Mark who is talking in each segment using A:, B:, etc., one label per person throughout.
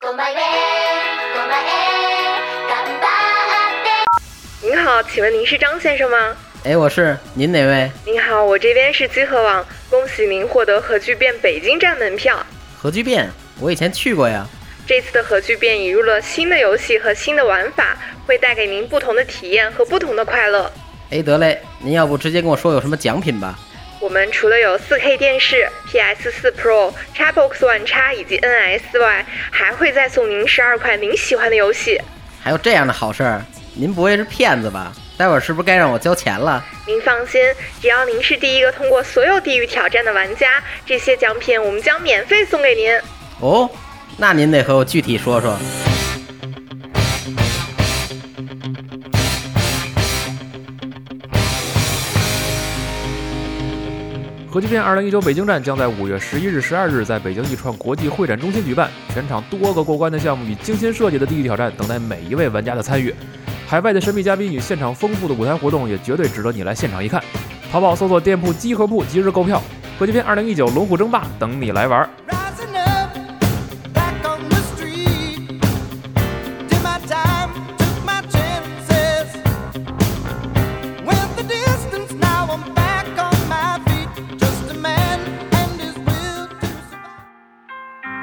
A: ごまえごまえ頑張って
B: 您好，请问您是张先生吗？
C: 哎，我是您哪位？
B: 您好，我这边是集合网，恭喜您获得核聚变北京站门票。
C: 核聚变，我以前去过呀。
B: 这次的核聚变引入了新的游戏和新的玩法，会带给您不同的体验和不同的快乐。
C: 哎，得嘞，您要不直接跟我说有什么奖品吧？
B: 我们除了有 4K 电视、PS4 Pro、Xbox One X 以及 NS 外，还会再送您十二款您喜欢的游戏。
C: 还有这样的好事儿？您不会是骗子吧？待会儿是不是该让我交钱了？
B: 您放心，只要您是第一个通过所有地域挑战的玩家，这些奖品我们将免费送给您。
C: 哦，那您得和我具体说说。
D: 核聚变二零一九北京站将在五月十一日、十二日在北京易创国际会展中心举办，全场多个过关的项目与精心设计的地域挑战等待每一位玩家的参与。海外的神秘嘉宾与现场丰富的舞台活动也绝对值得你来现场一看。淘宝搜索店铺“集合铺”即日购票，核聚变二零一九龙虎争霸等你来玩儿。
E: Rising up, back on the street. Did my time, took my chances. Went the distance, now I'm back on my feet. Just a man and his will to survive.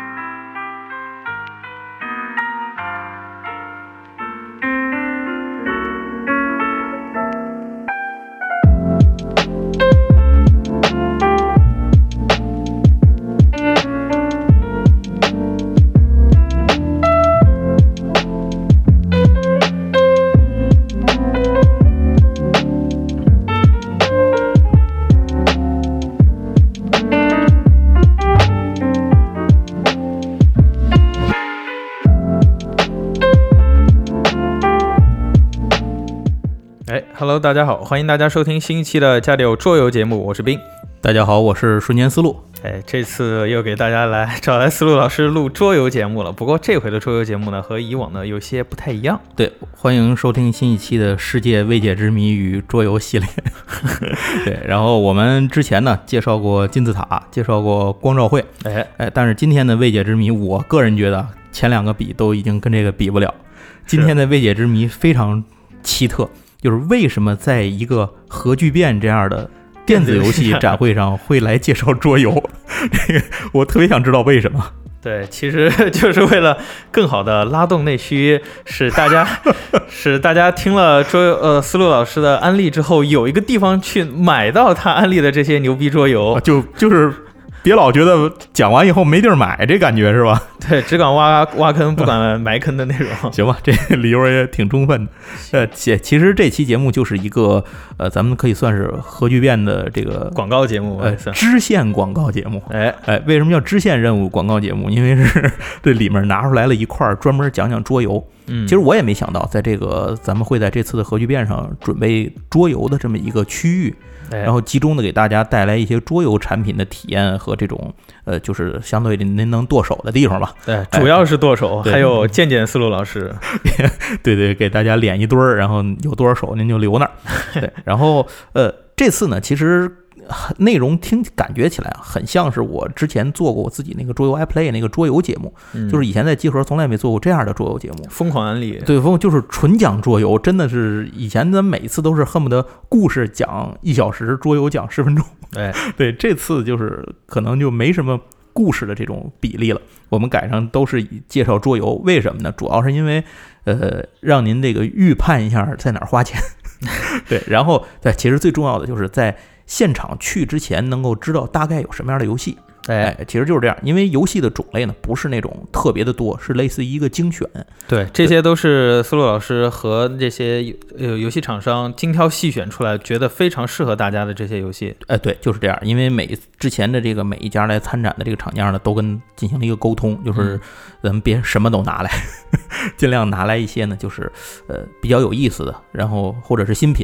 F: 哎，Hello，大家好，欢迎大家收听新一期的《家里有桌游》节目，我是冰。
G: 大家好，我是瞬间思路。
F: 哎，这次又给大家来找来思路老师录桌游节目了。不过这回的桌游节目呢，和以往呢有些不太一样。
G: 对，欢迎收听新一期的《世界未解之谜与桌游》系 列。对，然后我们之前呢介绍过金字塔，介绍过光照会，
F: 哎，
G: 哎，但是今天的未解之谜，我个人觉得前两个比都已经跟这个比不了。今天的未解之谜非常奇特，就是为什么在一个核聚变这样的电子游戏啊展会上会来介绍桌游？ 这个我特别想知道为什么。
F: 对，其实 就是为了更好的拉动内需，使大家使大家听了桌游呃思路老师的安利之后，有一个地方去买到他安利的这些牛逼桌游
G: 啊，。就就是别老觉得讲完以后没地儿买，这感觉是吧？
F: 对，只敢挖挖坑不敢埋坑的那种。
G: 行吧，这个理由也挺充分的。呃，其其实这期节目就是一个呃，咱们可以算是核聚变的这个
F: 广告节目吧，
G: 呃
F: 算
G: 支线广告节目。
F: 哎，
G: 哎，为什么叫支线任务广告节目？因为是这里面拿出来了一块儿专门讲讲桌游。
F: 嗯，
G: 其实我也没想到，在这个咱们会在这次的核聚变上准备桌游的这么一个区域，
F: 哎
G: 然后集中的给大家带来一些桌游产品的体验和这种呃，就是相对您能剁手的地方吧。
F: 对，哎主要是剁手，
G: 哎对
F: 还有健健思路老师，
G: 对对，给大家敛一堆儿，然后有多少手您就 留那儿。对，然后呃，这次呢，其实呃内容听感觉起来啊很像是我之前做过我自己那个桌游 iPlay 那个桌游节目，
F: 嗯
G: 就是以前在集合从来没做过这样的桌游节目。
F: 疯狂安利，
G: 对，风就是纯讲桌游，真的是以前咱每次都是恨不得故事讲一小时，桌游讲十分钟。
F: 哎，
G: 对，这次就是可能就没什么故事的这种比例了，我们改成都是以介绍桌游，为什么呢？主要是因为呃，让您这个预判一下在哪儿花钱。 对，然后对，其实最重要的就是在现场去之前能够知道大概有什么样的游戏。哎，其实就是这样，因为游戏的种类呢不是那种特别的多，是类似于一个精选。
F: 对，这些都是思路老师和这些游呃游戏厂商精挑细选出来，觉得非常适合大家的这些游戏。
G: 哎，对，就是这样。因为每之前的这个每一家来参展的这个厂家呢，都跟进行了一个沟通，就是
F: 嗯
G: 咱们别什么都拿来， 尽量拿来一些呢，就是呃比较有意思的，然后或者是新品，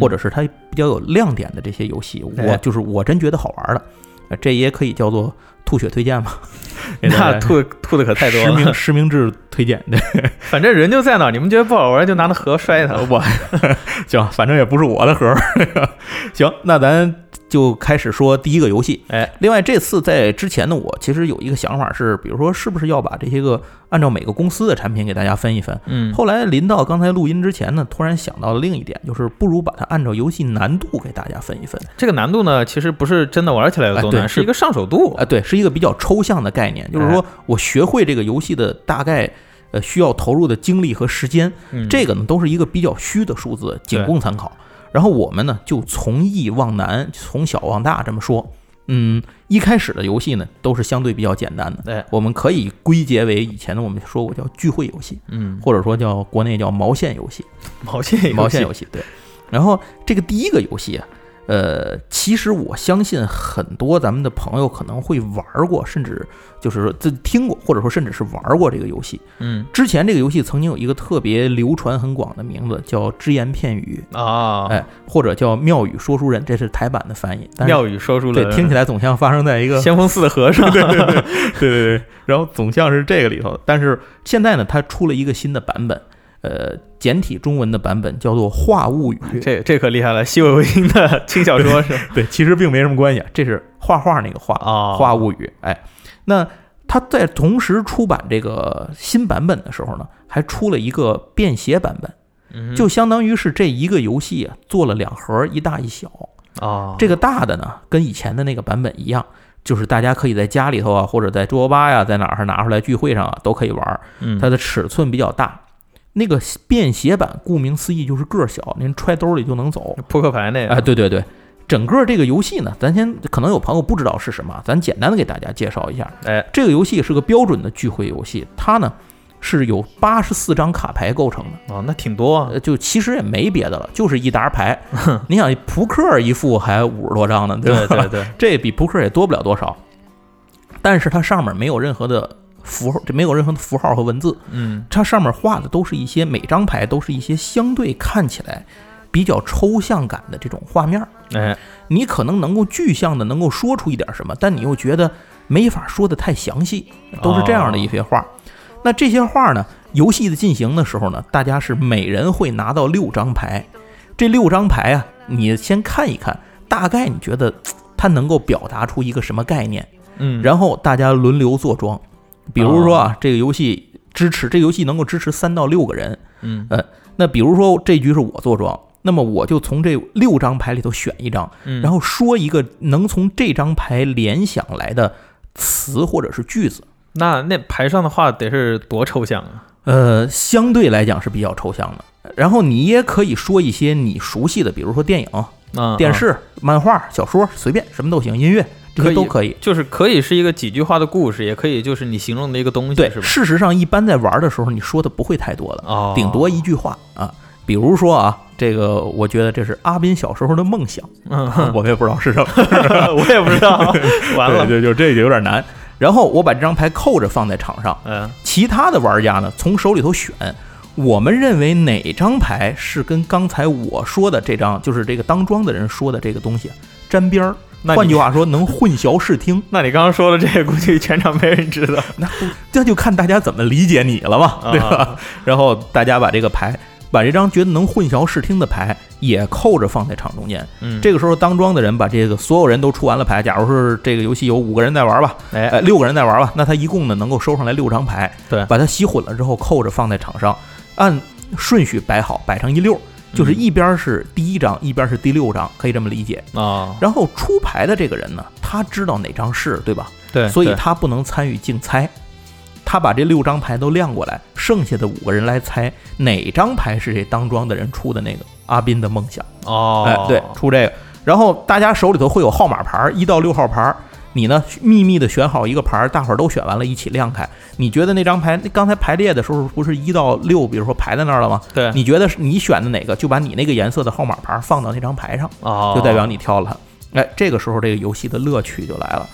G: 或者是它比较有亮点的这些游戏，
F: 嗯哎
G: 我就是我真觉得好玩的，呃这也可以叫做吐血推荐 嘛。给大
F: 那
G: 家
F: 吐吐的可太多
G: 实名
F: 了，
G: 实名制推荐，对，
F: 反正人就在那儿，你们觉得不好玩就
G: 呃
F: 拿那盒摔他。
G: 我行，反正也不是我的盒儿。行，那咱就开始说第一个游戏。
F: 哎，
G: 另外这次在之前的我其实有一个想法是，比如说是不是要把这些个按照每个公司的产品给大家分一分。
F: 嗯
G: 后来临到刚才录音之前呢，突然想到了另一点，就是不如把它按照游戏难度给大家分一分。
F: 这个难度呢，其实不是真的玩起来有多
G: 哎
F: 难，
G: 对
F: 是一个上手度
G: 啊，。对，是一个比较抽象的概念，就是说
F: 哎
G: 我学会这个游戏的大概呃需要投入的精力和时间，
F: 嗯
G: 这个呢都是一个比较虚的数字，仅
F: 对
G: 供参考。然后我们呢就从易往难，从小往大这么说。嗯，一开始的游戏呢都是相对比较简单的，
F: 对
G: 我们可以归结为以前呢我们说过叫聚会游戏，
F: 嗯，
G: 或者说叫国内叫毛线游戏。
F: 毛线
G: 毛线游
F: 戏，
G: 戏，对。然后这个第一个游戏啊，呃，其实我相信很多咱们的朋友可能会玩过，甚至就是说自听过，或者说甚至是玩过这个游戏。
F: 嗯
G: 之前这个游戏曾经有一个特别流传很广的名字，叫只言片语，
F: 啊，
G: 哎，或者叫妙语说书人，这是台版的翻译。但是
F: 妙语说出了，
G: 对，听起来总像发生在一个
F: 先锋寺的和尚，
G: 对对对，然后总像是这个里头的，但是现在呢，它出了一个新的版本，呃，简体中文的版本叫做《话物语》，
F: 这这可厉害了，西尾维新的轻小说是吧
G: 对，其实并没什么关系，啊，这是画画那个画
F: 哦
G: 画物语》。哎，那它在同时出版这个新版本的时候呢，还出了一个便携版本，
F: 嗯
G: 就相当于是这一个游戏啊做了两盒，一大一小。
F: 啊，
G: 这个大的呢，跟以前的那个版本一样，就是大家可以在家里头啊，或者在桌游吧呀，在哪儿拿出来聚会上啊，都可以玩儿。
F: 嗯
G: 它的尺寸比较大。那个便携版，顾名思义就是个儿小，您揣兜里就能走。
F: 扑克牌那个
G: 哎，，对对对，整个这个游戏呢，咱先可能有朋友不知道是什么，咱简单的给大家介绍一下。
F: 哎，
G: 这个游戏是个标准的聚会游戏，它呢是有八十四张卡牌构成的，
F: 哦，那挺多啊
G: 呃，就其实也没别的了，就是一 沓牌。你想，扑克一副还五十多张呢，吧？
F: 对对对，
G: 这比扑克也多不了多少，但是它上面没有任何的符号，这没有任何的符号和文字，
F: 嗯
G: 它上面画的都是一些每张牌都是一些相对看起来比较抽象感的这种画面儿。
F: 哎，
G: 你可能能够具象的能够说出一点什么，但你又觉得没法说的太详细，都是这样的一些画。那这些画呢，游戏的进行的时候呢，大家是每人会拿到六张牌，这六张牌啊，你先看一看，大概你觉得嘖它能够表达出一个什么概念，
F: 嗯，
G: 然后大家轮流坐庄。比如说啊，这个游戏支持这个游戏能够支持三到六个人，
F: 嗯
G: 呃，那比如说这局是我坐庄，那么我就从这六张牌里头选一张，
F: 嗯
G: 然后说一个能从这张牌联想来的词或者是句子。
F: 那那牌上的话得是多抽象啊，
G: 呃，相对来讲是比较抽象的。然后你也可以说一些你熟悉的，比如说电影、
F: 啊，
G: 电
F: 啊
G: 视、漫画、小说，随便什么都行，音乐这
F: 可
G: 些
F: 以
G: 都可以。
F: 就是可以是一个几句话的故事，也可以就是你形容的一个东西，
G: 对
F: 是，吧？
G: 事实上一般在玩的时候，你说的不会太多的，
F: 哦，
G: 顶多一句话啊。比如说啊，这个我觉得这是阿斌小时候的 梦想，啊
F: 嗯，
G: 我也不知道是什么。
F: 我也不知道， 完了，
G: 对，就这就有点难。然后我把这张牌扣着放在场上，
F: 嗯
G: 其他的玩家呢从手里头选，我们认为哪张牌是跟刚才我说的这张，就是这个当庄的人说的这个东西沾边儿。
F: 那你
G: 换句话说，能混淆 视听，
F: 那你刚刚说的这个，估计全场没人知道。
G: 那不这就看大家怎么理解你了嘛，
F: 啊
G: 对吧？ 然后大家把这个牌，把这张觉得能混淆视听的牌也扣着放在场中间。
F: 嗯
G: 这个时候，当庄的人把这个所有人都出完了牌，假如是这个游戏有五个人在玩吧，
F: 哎
G: 呃，六个人在玩吧，那他一共呢能够收上来六张牌，
F: 对
G: 把它洗混了之后扣着放在场上，按顺序摆好，摆成一溜儿，就是
F: 嗯
G: 一边儿是第一张，一边儿是第六张，可以这么理解。
F: 啊，
G: 然后出牌的这个人呢，他知道哪张是对吧？
F: 对，
G: 所以
F: 对
G: 他不能参与竞猜，他把这六张牌都亮过来，剩下的五个人来猜哪张牌是这当庄的人出的那个阿斌的梦想。
F: 哦，
G: 哎，对，出这个。然后大家手里头会有号码牌儿，一到六号牌儿，你呢秘密的选好一个牌儿，大伙儿都选完了，一起亮开。你觉得那张牌，刚才排列的时候不是一到六，比如说排在那儿了吗？
F: 对，
G: 你觉得是你选的哪个，就把你那个颜色的号码牌儿放到那张牌上，
F: 哦，
G: 就代表你挑了它。哎，这个时候这个游戏的乐趣就来了。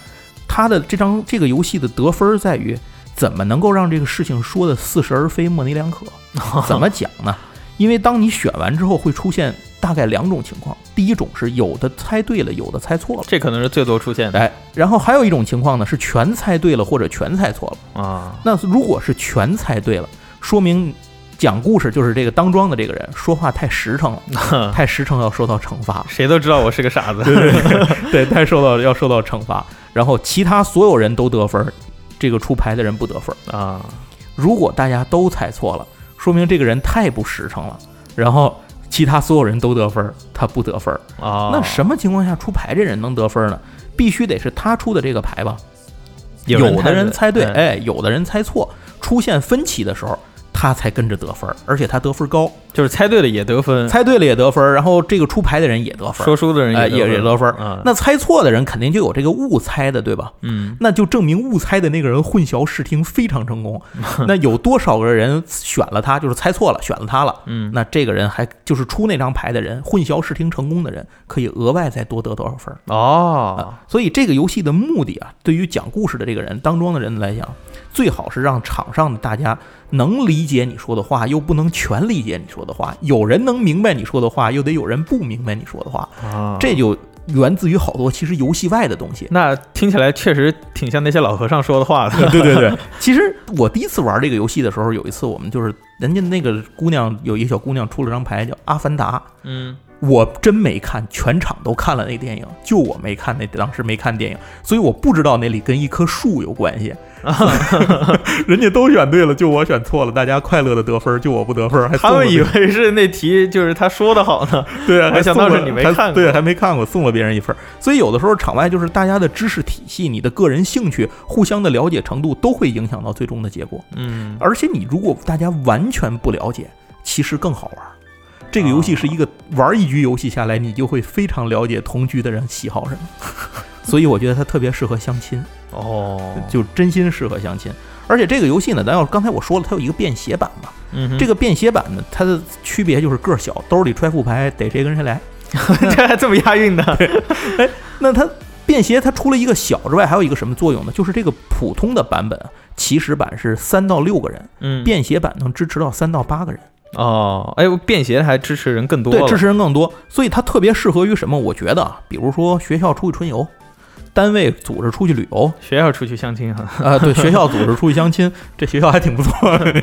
G: 它的这张这个游戏的得分儿在于怎么能够让这个事情说的似是而非、模棱两可。怎么讲呢？因为当你选完之后，会出现大概两种情况。第一种是有的猜对了，有的猜错了。
F: 这可能是最多出现的
G: 哎，然后还有一种情况呢，是哎全猜对了或者全猜错了。
F: 啊，
G: 那如果是全猜对了，说明讲故事就是这个当庄的这个人说话太实诚了，太实诚要受到惩罚。
F: 谁都知道我是个傻子。
G: 对，太受到要受到惩罚。然后其他所有人都得分儿，这个出牌的人不得分儿啊。如果大家都猜错了，说明这个人太不实诚了。然后其他所有人都得分儿，他不得分儿。
F: 哦
G: 那什么情况下出牌这人能得分儿呢？必须得是他出的这个牌吧？
F: 有人
G: 有
F: 猜
G: 的人
F: 对
G: 猜对，
F: 嗯
G: 哎，有的人猜错，出现分歧的时候，他才跟着得分儿，而且他得分儿高，
F: 就是猜对了也得分，
G: 猜对了也得分儿，然后这个出牌的人也得分儿，
F: 嗯说书的人
G: 哎，也
F: 也
G: 也得分儿。
F: 啊，
G: 那猜错的人肯定就有这个误猜的，对吧？
F: 嗯，
G: 那就证明误猜的那个人混淆视听非常 成功。那有多少个人选了他，就是猜错了，选了他了？
F: 嗯
G: 那这个人还就是出那张牌的人，混淆视听成功的人，可以额外再多得多少分儿
F: 哦，
G: 啊？所以这个游戏的目的啊，对于讲故事的这个人、当庄的人来讲，最好是让场上的大家能理解你说的话，又不能全理解你说的话。有人能明白你说的话，又得有人不明白你说的话。
F: 啊。
G: 这就源自于好多其实游戏外的东西
F: 那听起来确实挺像那些老和尚说的话 的。
G: 对对对，其实我第一次玩这个游戏的时候，有一次我们就是人家那个姑娘有一个小姑娘出了张牌叫《阿凡达》，
F: 嗯，
G: 我真没看，全场都看了那电影，就我没看那当时没看电影，所以我不知道那里跟一棵树有关 系。人家都选对了，就我选错了，大家快乐的得分，就我不得分。还
F: 他
G: 送了
F: 们以为是那题就是他说的好呢。
G: 对啊，
F: 没
G: 还
F: 想到
G: 送
F: 是
G: 了
F: 你没
G: 还
F: 看过
G: 对，还没看过，送了别人一份儿。所以有的时候场外就是大家的知识体系、你的个人兴趣、互相的了解程度，都会影响到最终的结果。
F: 嗯，
G: 而且你如果大家完全不了解，其实更好玩儿。这个游
F: 哦
G: 戏是一个玩一局游戏下来，你就会非常了解同局的人喜 好什么，所以我觉得它特别适合相亲，
F: 哦，
G: 就真心适合相亲。而且这个游戏呢，咱要刚才我说了，它有一个便携版嘛，
F: 嗯
G: 这
F: 这
G: 个便携版呢，它的区别就是个儿小，兜里揣副牌，逮谁跟谁来。
F: 个这还这么押韵呢？
G: 那它便携它除了一个小之外，还有一个什么作用呢？就是这个普通的版本啊，起始版是三到六个人，
F: 嗯
G: 便携版能支持到三到八个人，
F: 哦，哎，便携还支持人更多
G: 对
F: 了，
G: 支持人更多，所以它特别适合于什么？我觉得啊，比如说学校出去春游。单位组织出去旅游，
F: 学校出去相亲哈。
G: 啊、对，学校组织出去相亲，这学校还挺不错的。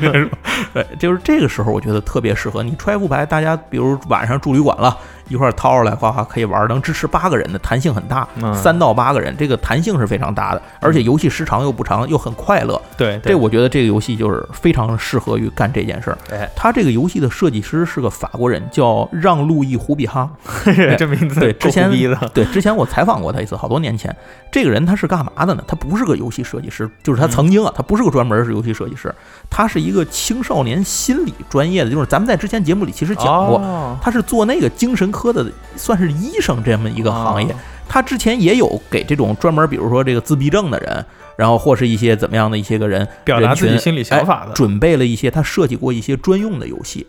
G: 对，就是这个时候，我觉得特别适合你揣副牌，大家比如晚上住旅馆了，一块儿掏出来，哗哗可以玩，能支持八个人的，弹性很大，
F: 嗯
G: 三到八个人，这个弹性是非常大的，而且游戏时长又不长，又很快乐。
F: 对，
G: 这我觉得这个游戏就是非常适合于干这件事儿
F: 哎。
G: 他这个游戏的设计师是个法国人，叫让路易胡比哈。
F: 这这名字
G: 对，之前
F: 够逼的。
G: 对之前我采访过他一次，好多年前。这个人他是干嘛的呢？他不是个游戏设计师，就是他
F: 嗯
G: 曾经啊，他不是个专门是游戏设计师，他是一个青少年心理专业的，就是咱们在之前节目里其实讲过，
F: 哦
G: 他是做那个精神科的，算是医生这么一个行业
F: 哦。
G: 他之前也有给这种专门，比如说这个自闭症的人，然后或是一些怎么样的一些个人，
F: 表达自己
G: 人群
F: 心里想法的
G: 哎准备了一些他设计过一些专用的游戏。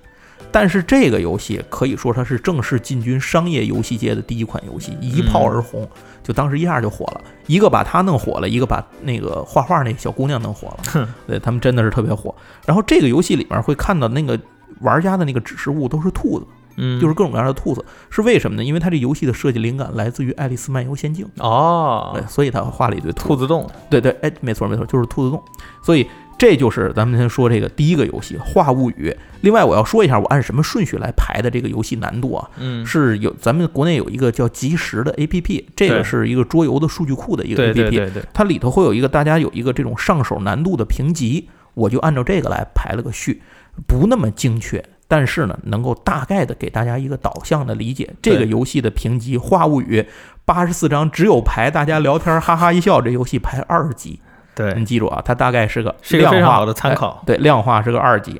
G: 但是这个游戏可以说它是正式进军商业游戏界的第一款游戏，一炮而
F: 嗯
G: 红，就当时一下就火了。一个把他弄火了，一个把那个画画那小姑娘弄火了，对他们真的是特别火。然后这个游戏里面会看到那个玩家的那个指示物都是兔子，
F: 嗯
G: 就是各种各样的兔子，是为什么呢？因为它这游戏的设计灵感来自于《爱丽丝漫游仙境》。
F: 哦
G: 对，，所以他画了一堆兔
F: 兔子洞
G: 对对，哎，没错没错，就是兔子洞。所以这就是咱们先说这个第一个游戏《画物语》。另外，我要说一下我按什么顺序来排的这个游戏难度啊，
F: 嗯
G: 是有咱们国内有一个叫即时的 APP，这
F: 对
G: 个是一个桌游的数据库的一个 APP，
F: 对对对对，
G: 它里头会有一个大家有一个这种上手难度的评级，我就按照这个来排了个序，不那么精确。但是呢，能够大概的给大家一个导向的理解，这个
F: 对
G: 游戏的评级《话物语》八十四章只有排大家聊天哈哈一笑，这游戏排二级，你
F: 对，
G: 记住啊，它大概是个
F: 是一个非
G: 量
F: 常
G: 化
F: 好的参考
G: 哎。对，量化是个二级。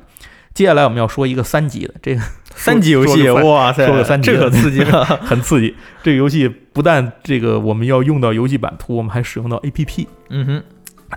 G: 接下来我们要说一个三级的，这个
F: 三级游
G: 说
F: 戏，
G: 说个
F: 哇塞，
G: 说个三级
F: 这可刺激了。
G: 很刺激。这个游戏不但这个我们要用到游戏版图，我们还使用到 APP。
F: 嗯哼，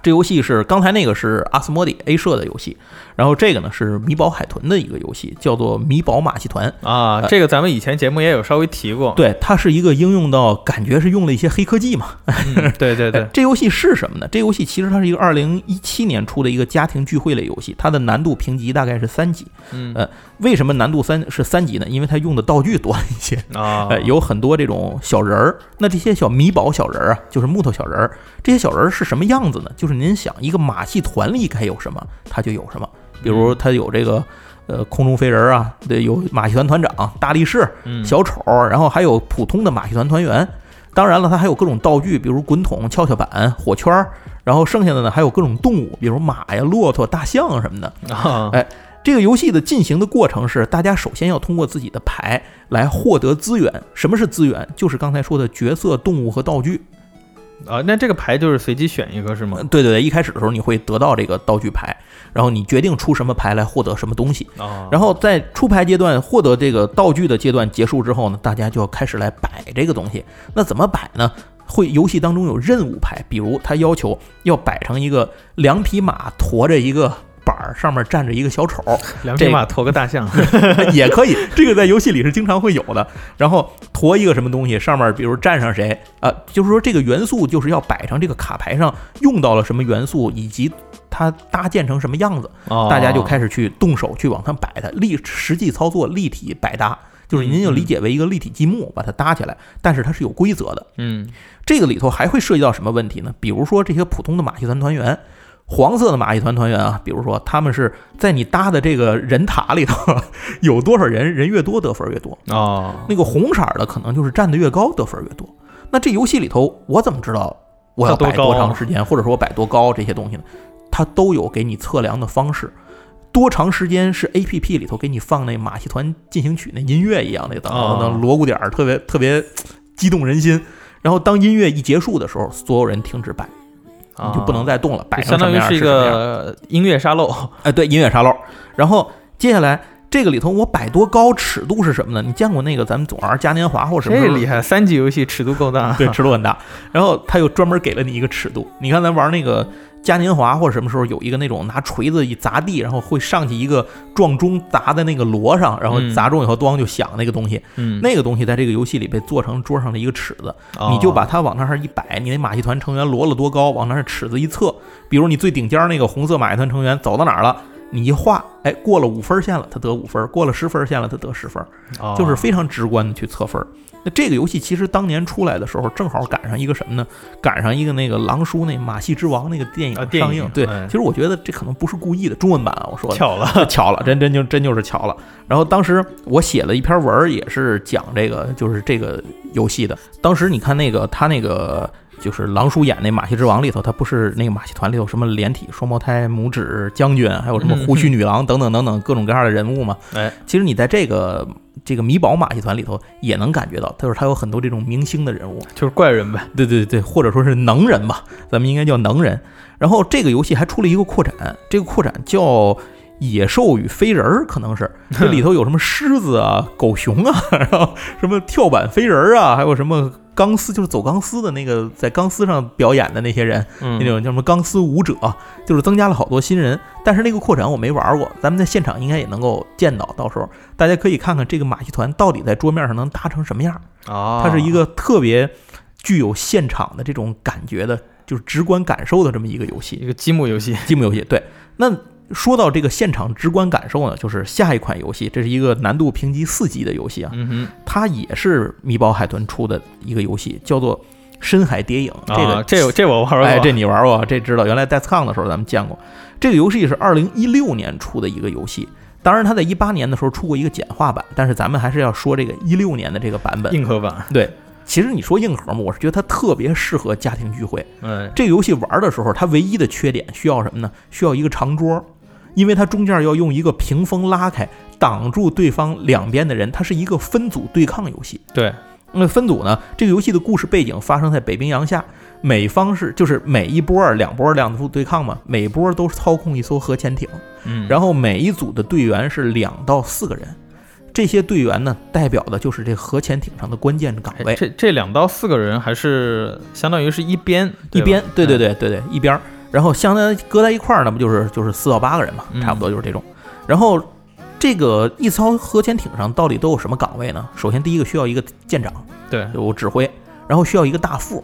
G: 这游戏是刚才那个是阿斯莫迪 A 社的游戏，然后这个呢是米宝海豚的一个游戏，叫做米宝马戏团。
F: 啊，
G: 呃
F: 这个咱们以前节目也有稍微提过。
G: 对，它是一个应用到感觉是用了一些黑科技嘛。
F: 嗯对对
G: 哎
F: 对，
G: 这游戏是什么呢？这游戏其实它是一个二零一七年出的一个家庭聚会类游戏，它的难度评级大概是三级。
F: 嗯
G: 呃，为什么难度三是三级呢？因为它用的道具多了一些。
F: 啊
G: 呃，，有很多这种小人儿。那这些小米宝小人儿啊，就是木头小人儿。这些小人儿是什么样子呢？就是您想一个马戏团里该有什么，它就有什么。比如
F: 嗯
G: 它有这个呃空中飞人啊，对，有马戏团团长、大力士、
F: 嗯
G: 小丑，然后还有普通的马戏团团员。当然了，它还有各种道具，比如滚筒、跷跷板、火圈儿，然后剩下的呢还有各种动物，比如马呀、骆驼、大象啊什么的。
F: 啊
G: 哎这个游戏的进行的过程是，大家首先要通过自己的牌来获得资源。什么是资源？就是刚才说的角色、动物和道具。
F: 啊，那这个牌就是随机选一个是吗
G: 呃？对对对，一开始的时候你会得到这个道具牌，然后你决定出什么牌来获得什么东西。
F: 啊，
G: 呃然后在出牌阶段获得这个道具的阶段结束之后呢，大家就要开始来摆这个东西。那怎么摆呢？会游戏当中有任务牌，比如它要求要摆成一个两匹马驮着一个板儿，上面站着一个小丑，
F: 两
G: 这
F: 匹
G: 个
F: 马驮个大象，
G: 也可以，这个在游戏里是经常会有的。然后驮一个什么东西，上面比如站上谁，呃，就是说这个元素就是要摆上这个卡牌上用到了什么元素，以及它搭建成什么样子，大
F: 大
G: 家就开始去动手去往上摆它，立实际操作立体摆搭，就是您就理解为一个立体积木把它搭起来，但是它是有规则的。
F: 嗯
G: 这个里头还会涉及到什么问题呢？比如说这些普通的马戏团团员，黄色的马戏团团员啊，比如说他们是在你搭的这个人塔里头， 有多少人，人越多得分越多。
F: 哦，
G: 那个红色儿的可能就是站得越高得分越多。那这游戏里头，我怎么知道我要
F: 它多
G: 摆多
F: 高啊
G: 长时间，或者说我摆多高这些东西呢？它都有给你测量的方式。多长时间是 A P P 里头给你放那马戏团进行曲那音乐一样那等
F: 哦
G: 等等锣鼓点儿，特别特别激动人心。然后当音乐一结束的时候，所有人停止摆，你就不能
F: 再
G: 再动了，摆成
F: 啊相
G: 什
F: 当
G: 么
F: 于
G: 样
F: 是一
G: 什么样
F: 个音乐沙漏
G: 哎，对，音乐沙漏。然后接下来这个里头我摆多高，尺度是什么呢？你见过那个咱们总玩嘉年华或者什么时
F: 这
G: 候
F: 厉害，三级游戏尺度够大，
G: 对，尺度很大。然后他又专门给了你一个尺度。你看咱玩那个嘉年华或者什么时候有一个那种拿锤子一砸地，然后会上去一个撞钟砸在那个锣上，然后
F: 嗯
G: 砸中以后咣就响那个东西。
F: 嗯，
G: 那个东西在这个游戏里被做成桌上的一个尺子，
F: 哦
G: 你就把它往那儿一摆，你那马戏团成员摞了多高，往那儿尺子一测，比如你最顶尖儿那个红色马戏团成员走到哪儿了。你一画，哎，过了五分线了，他得五分儿；过了十分线了，他得十分儿。
F: 哦
G: 就是非常直观的去测分儿。那这个游戏其实当年出来的时候，正好赶上一个什么呢？赶上一个那个狼叔那《马戏之王》那个电
F: 啊
G: 影
F: 电影
G: 上映。对
F: 哎，
G: 其实我觉得这可能不是故意的，中文版啊，我说的
F: 巧了，
G: 巧了，真真就真就是巧了。然后当时我写了一篇文儿，也是讲这个，就是这个游戏的。当时你看那个他那个就是狼叔演那《马戏之王》里头，他不是那个马戏团里头什么连体双胞胎拇指将军，还有什么胡须女郎等等等等各种各样的人物嘛。
F: 哎，
G: 其实你在这个这个米宝马戏团里头也能感觉到，就是他有很多这种明星的人物，
F: 就是怪人呗，
G: 对对对，或者说是能人吧，咱们应该叫能人。然后这个游戏还出了一个扩展，这个扩展叫《野兽与飞人》，儿》，可能是这里头有什么狮子啊、狗熊啊， 然后什么跳板飞人儿啊，还有什么钢丝，就是走钢丝的那个在钢丝上表演的那些人，
F: 嗯
G: 那种叫什么钢丝舞者，就是增加了好多新人。但是那个扩展我没玩过，咱们在现场应该也能够见到，到时候大家可以看看这个马戏团到底在桌面上能搭成什么样儿。
F: 啊，
G: 它是一个特别具有现场的这种感觉的，就是直观感受的这么一个游
F: 一
G: 戏，
F: 个积木游戏，
G: 积木游戏。对，那说到这个现场直观感受呢，就是下一款游戏，这是一个难度评级四级的游戏啊，
F: 嗯
G: 它也是米宝海豚出的一个游戏，叫做《深海谍影》。
F: 哼，
G: 这个、
F: 啊 这这我玩过，
G: 哎，这你玩过，这知道。原来 Dexcon 的时候咱们见过。这个游戏是二零一六年出的一个游戏，当然它在一八年的时候出过一个简化版，但是咱们还是要说这个一六年的这个版本。
F: 硬核版，
G: 对，其实你说硬核嘛，我是觉得它特别适合家庭聚会。
F: 嗯，
G: 这个游戏玩的时候，它唯一的缺点需要什么呢？需要一个长桌，因为它中间要用一个屏风拉开，挡住对方两边的人。它是一个分组对抗游戏。
F: 对，
G: 那分组呢？这个游戏的故事背景发生在北冰洋下，每方是就是每一波儿两波儿两组对抗嘛，每波儿都操控一艘核潜艇。
F: 嗯，
G: 然后每一组的队员是两到四个人，这些队员呢代表的就是这核潜艇上的关键岗
F: 哎
G: 位。
F: 这这两到四个人还是相当于是一边
G: 一边，对对
F: 对吧嗯
G: 对对对，一边儿，然后相当于搁在一块儿呢，不就是就是四到八个人嘛，
F: 嗯
G: 差不多就是这种。然后这个一艘核潜艇上到底都有什么岗位呢？首先第一个需要一个舰长，
F: 嗯对，
G: 有指挥，然后需要一个大副，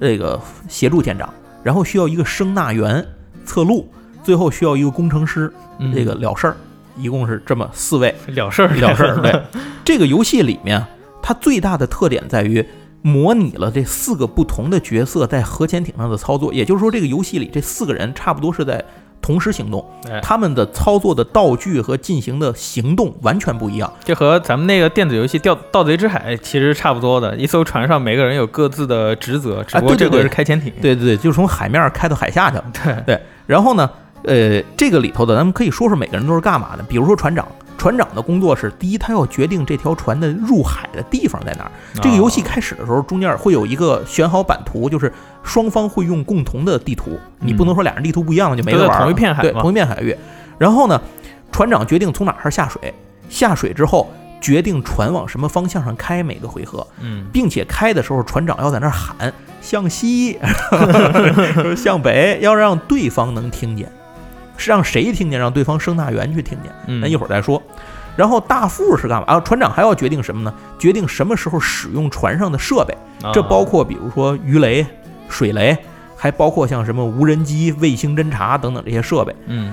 G: 这个协助舰长，然后需要一个声纳员测路，最后需要一个工程师，
F: 嗯
G: 这个了事儿，一共是这么四位。
F: 了事儿
G: 了事儿。对，这个游戏里面，它最大的特点在于，模拟了这四个不同的角色在核潜艇上的操作。也就是说，这个游戏里这四个人差不多是在同时行动，
F: 哎
G: 他们的操作的道具和进行的行动完全不一样。
F: 这和咱们那个电子游戏《盗盗贼之海》其实差不多的，一艘船上每个人有各自的职责，只不过
G: 啊对对
F: 这
G: 对
F: 回是开潜艇。
G: 对对对，就从海面开到海下去了。对然后呢，呃，这个里头的咱们可以说说每个人都是干嘛的。比如说船长，船长的工作是第一，他要决定这条船的入海的地方在哪儿。这个游
F: 哦
G: 戏开始的时候，中间会有一个选好版图，就是双方会用共同的地图，你不能说俩人地图不一样就没得
F: 都在
G: 玩了
F: 同一片海
G: 对，
F: 嘛
G: 同一片海域。然后呢，船长决定从哪儿下水，下水之后决定船往什么方向上开，每个回合。
F: 嗯，
G: 并且开的时候，船长要在那儿喊向西、向北，要让对方能听见，是让谁听见？让对方声纳员去听见。
F: 嗯
G: 那一会儿再说。然后大副是干嘛啊？船长还要决定什么呢？决定什么时候使用船上的设备，
F: 啊
G: 这包括比如说鱼雷、水雷，还包括像什么无人机、卫星侦察等等这些设备。
F: 嗯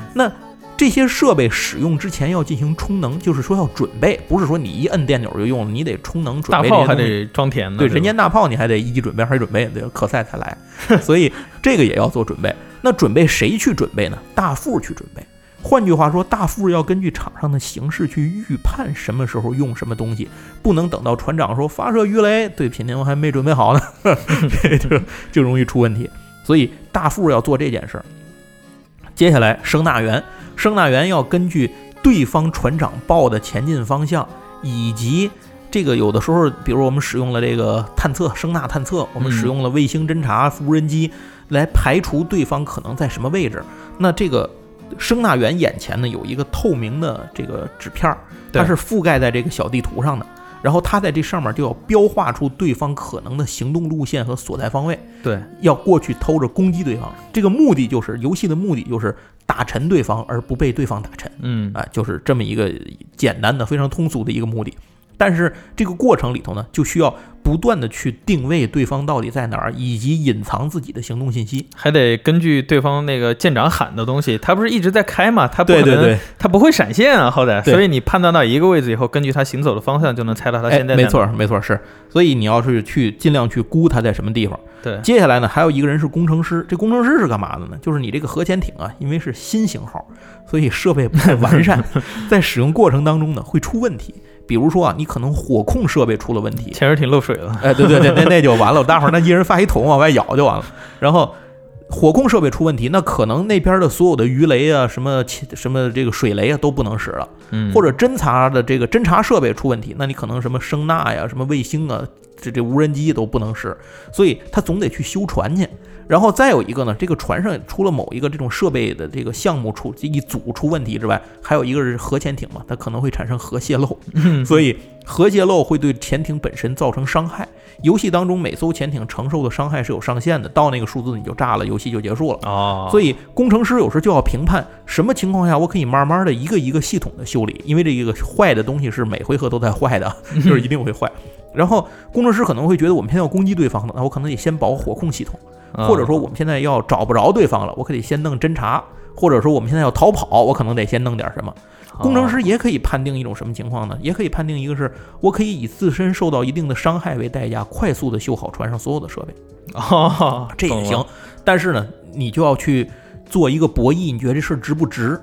G: 这些设备使用之前要进行充能，就是说要准备，不是说你一摁电钮就用，你得充能准
F: 大
G: 备。
F: 炮还得装填呢。
G: 对，
F: 吧
G: 人间大炮你还得一级准备，还得准备，对，可赛才来，所以这个也要做准备。那准备谁去准备呢？大副去准备。换句话说，大副要根据场上的形势去预判什么时候用什么东西，不能等到船长说发射鱼雷，对不起，您我还没准备好呢， 这就就容易出问题。所以大副要做这件事儿。接下来，声纳员，声纳员要根据对方船长报的前进方向，以及这个有的时候，比如我们使用了这个探测声纳探测，我
F: 嗯
G: 们使用了卫星侦察、无人机来排除对方可能在什么位置。那这个声纳员眼前呢有一个透明的这个纸片儿，它
F: 对
G: 是覆盖在这个小地图上的。然后他在这上面就要标画出对方可能的行动路线和所在方位，
F: 对，
G: 要过去偷着攻击对方。这个目的就是游戏的目的就是打沉对方，而不被对方打沉。
F: 嗯
G: 啊，就是这么一个简单的、非常通俗的一个目的。但是这个过程里头呢，就需要不断的去定位对方到底在哪儿，以及隐藏自己的行动信息。
F: 还得根据对方那个舰长喊的东西，他不是一直在开嘛，他不可能，
G: 哎
F: 他不会闪现啊，好歹，
G: 对
F: 所以你判断到一个位置以后，根据他行走的方向就能猜到他
G: 哎，
F: 现在在哪
G: 没错，没错，是。所以你要是去尽量去估他在什么地方。
F: 对，
G: 接下来呢，还有一个人是工程师，这工程师是干嘛的呢？就是你这个核潜艇啊，因为是新型号，所以设备不太完 善，在使用过程当中呢会出问题。比如说啊，你可能火控设备出了问题，
F: 潜水艇漏水了，
G: 哎，对对对，那那就 完了，大伙儿那一人发一桶往外舀就完了。然后火控设备出问题，那可能那边的所有的鱼雷啊、什么其什么这个水雷啊都不能使了，
F: 嗯
G: 或者侦察的这个侦察设备出问题，那你可能什么声呐呀、什么卫星啊、这这无人机都不能使，所以他总得去修船去。然后再有一个呢，这个船上除了某一个这种设备的这个项目出一组出问题之外，还有一个是核潜艇嘛，它可能会产生核泄漏，
F: 嗯
G: 所以核泄漏会对潜艇本身造成伤害。游戏当中每艘潜艇承受的伤害是有上限的，到那个数字你就炸了，游戏就结束了。
F: 哦，
G: 所
F: 以
G: 以工程师有时候就要评判什么情况下我可以慢慢的一个一个系统的修理，因为这个坏的东西是每回合都在坏的，就是一定会坏。然后工程师可能会觉得我们现在要攻击对方了，那我可能得先保火控系统，
F: 啊哦
G: 或者说我们现在要找不着对方了，我可得先弄侦查，或者说我们现在要逃跑，我可能得先弄点什么。
F: 哦啊
G: 工程师也可以判定一种什么情况呢？也可以判定一个是我可以以自身受到一定的伤害为代价，快速的修好船上所有的设备。
F: 哦，
G: 这也
F: 懂了
G: 行。但是呢，你就要去做一个博弈，你觉得这事儿值不值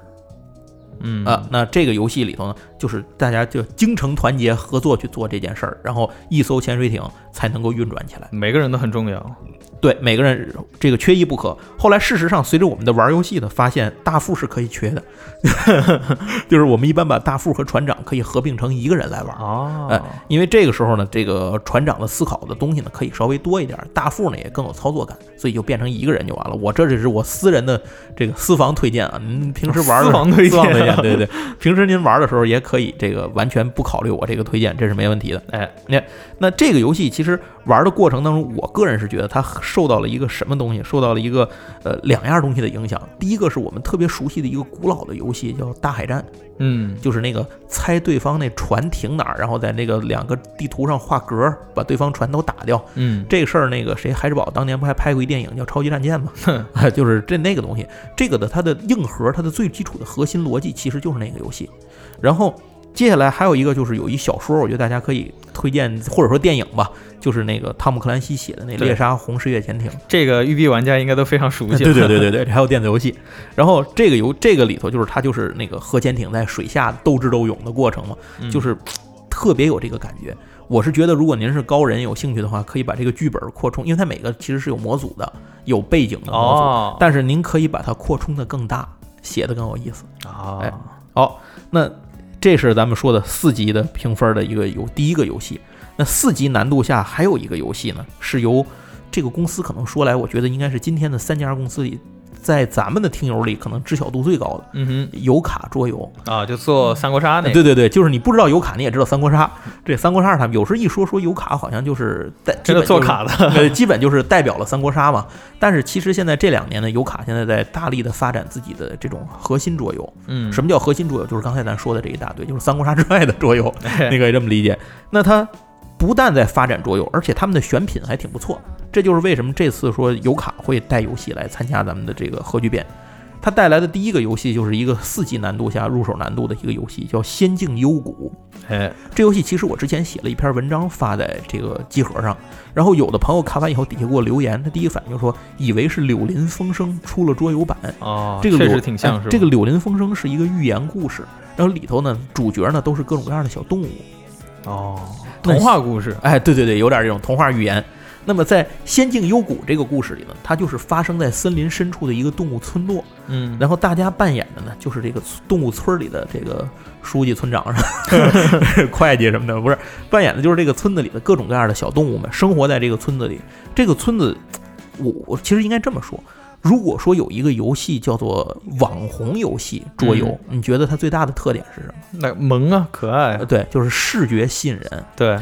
F: 嗯
G: 啊、那这个游戏里头呢，就是大家就精诚团结合作去做这件事儿，然后一艘潜水艇才能够运转起来。
F: 每个人都很重要，
G: 对，每个人这个缺一不可。后来事实上，随着我们的玩游戏的发现，大副是可以缺的， 就是我们一般把大副和船长可以合并成一个人来玩。
F: 哦
G: 哎，因为这个时候呢，这个船长的思考的东西呢，可以稍微多一点，大副呢也更有操作感，所以就变成一个人就完了。我这只是我私人的这个私房推荐啊，您平时玩的
F: 私房推荐
G: 私房 推荐，对对，平时您玩的时候也可以这个完全不考虑我这个推荐，这是没问题的。
F: 哎，
G: 那那这个游戏其实玩的过程当中，我个人是觉得它受到了一个什么东西，受到了一个呃两样东西的影响。第一个是我们特别熟悉的一个古老的游戏叫《大海战》。
F: 嗯，
G: 就是那个猜对方那船停哪儿，然后在那个两个地图上画格儿，把对方船都打掉。
F: 嗯，
G: 这个事儿，那个谁，海之宝当年不还拍过一电影叫《超级战舰》吗？啊 就是这那个东西，这个的它的硬核，它的最基础的核心逻辑其实就是那个游戏。然后接下来还有一个就是有一小说，我觉得大家可以推荐或者说电影吧，就是那个汤姆克兰西写的那《
F: 对
G: 猎杀红十月潜艇》。
F: 这个育碧玩家应该都非常熟悉了。
G: 对 对对对对，还有电子游戏。然后这个游这个里头就是它就是那个核潜艇在水下斗智斗勇的过程嘛，
F: 嗯
G: 就是特别有这个感觉。我是觉得，如果您是高人有兴趣的话，可以把这个剧本扩充，因为它每个其实是有模组的，有背景的模组，
F: 哦
G: 但是您可以把它扩充的更大，写的更有意思。
F: 啊
G: 哎好，那这是咱们说的四级的评分的一个游第一个游戏。那四级难度下还有一个游戏呢，是由这个公司可能说来，我觉得应该是今天的三家公司里，在咱们的听友里可能知晓度最高的
F: 嗯
G: 游卡桌游。
F: 哼啊，就做三国杀那个
G: 对对对，就是你不知道游卡，你也知道三国杀。这三国杀是他们有时一说说游卡，好像就是代
F: 真的做卡
G: 了。
F: 的，
G: 呃，基本就是代表了三国杀嘛。但是其实现在这两年呢，游卡现在在大力的发展自己的这种核心桌游。
F: 嗯
G: 什么叫核心桌游？就是刚才咱说的这一大堆，就是三国杀之外的桌游，
F: 哎
G: 你可以这么理解。那它不但在发展桌游，而且他们的选品还挺不错。这就是为什么这次说游卡会带游戏来参加咱们的这个核聚变。它带来的第一个游戏就是一个四级难度下入手难度的一个游戏，叫《仙境幽谷》。
F: 哎，
G: 这游戏其实我之前写了一篇文章发在这个集合上，然后有的朋友看完以后底下给我留言，他第一个反应就说以为是《柳林风声》出了桌游版，
F: 哦，
G: 这个
F: 确
G: 柳
F: 实挺像
G: 哎
F: 是吧
G: 这个《柳林风声》是一个寓言故事，然后里头呢，主角呢都是各种各样的小动物。
F: 哦，童话故事
G: 哎，对对对，有点这种童话寓言。那么在《仙境幽谷》这个故事里呢，它就是发生在森林深处的一个动物村落，
F: 嗯
G: 然后大家扮演的呢就是这个动物村里的这个书记、村长、 会计什么的，不是扮演的就是这个村子里的各种各样的小动物们生活在这个村子里。这个村子，我我其实应该这么说。如果说有一个游戏叫做网红游戏桌游，
F: 嗯
G: 你觉得它最大的特点是什么？
F: 那萌啊，可爱
G: 呃
F: 啊，
G: 对，就是视觉吸引人。
F: 对，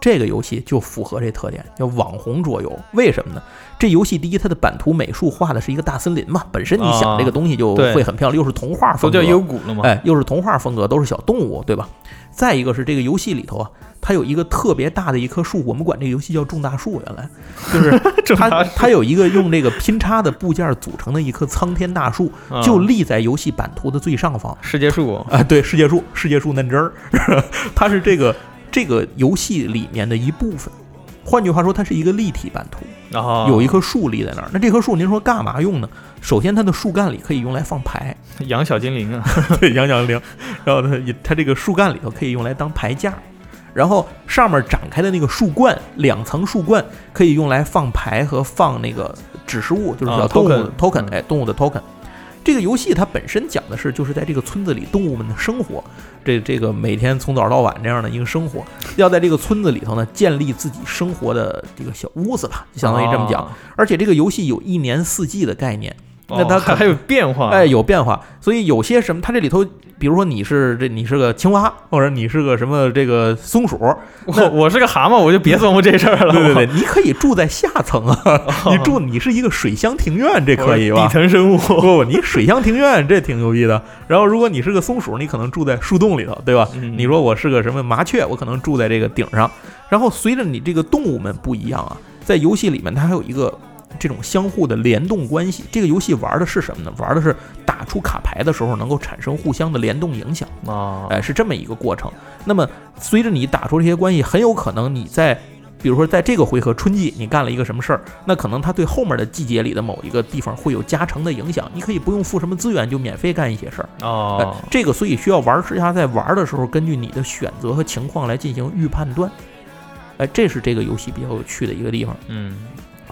G: 这个游戏就符合这特点，叫网红桌游。为什么呢？这游戏第一，它的版图美术画的是一个大森林嘛，本身你
F: 啊
G: 想这个东西就
F: 对
G: 会很漂亮，又是童话
F: 都
G: 风格，
F: 叫幽谷了嘛，
G: 哎，又是童话风格，都是小动物，对吧？再一个是这个游戏里头啊，它有一个特别大的一棵树，我们管这个游戏叫种大树，原来就是
F: 这么
G: 它
F: 大
G: 它有一个用这个拼插的部件组成的一棵苍天大树，
F: 嗯
G: 就立在游戏版图的最上方。
F: 世界树
G: 啊，对，世界树，世界树嫩枝儿， 它是这个这个游戏里面的一部分。换句话说，它是一个立体版图，
F: 然后
G: 有一棵树立在那儿。那这棵树，您说干嘛用呢？首先，它的树干里可以用来放牌，
F: 养小精灵啊，
G: 对，养养灵。然后它也它这个树干里头可以用来当牌架，然后上面展开的那个树冠，两层树冠可以用来放牌和放那个指示物，就是
F: 啊
G: 小动物的
F: token，
G: token，哎，动物的 token。这个游戏它本身讲的是，就是在这个村子里动物们的生活，这这个每天从早到晚这样的一个生活，要在这个村子里头呢建立自己生活的这个小屋子吧，就相当于这么讲。
F: 哦，
G: 而且这个游戏有一年四季的概念，那它
F: 哦
G: 可
F: 还还有变化，
G: 哎，，有变化。所以有些什么，它这里头，比如说你是这，你是个青蛙，或者你是个什么这个松鼠，
F: 我我是个蛤蟆，我就别琢磨这事儿了，
G: 对对对，你可以住在下层啊， 你住你是一个水乡庭院，这
F: 我
G: 可以
F: 我是
G: 吧
F: 底？层生物，
G: 不，你水乡庭院这挺牛逼的。然后，如果你是个松鼠，你可能住在树洞里头，对吧？
F: 嗯
G: 你说我是个什么麻雀，我可能住在这个顶上。然后，随着你这个动物们不一样啊，在游戏里面它还有一个这种相互的联动关系。这个游戏玩的是什么呢？玩的是打出卡牌的时候能够产生互相的联动影响。
F: 啊，
G: 哎，是这么一个过程。那么随着你打出这些关系，很有可能你在，比如说在这个回合春季你干了一个什么事儿，那可能它对后面的季节里的某一个地方会有加成的影响。你可以不用付什么资源就免费干一些事儿。哎
F: 哦，
G: 这个所以需要玩之下在玩的时候，根据你的选择和情况来进行预判断。哎，这是这个游戏比较有趣的一个地方。
F: 嗯，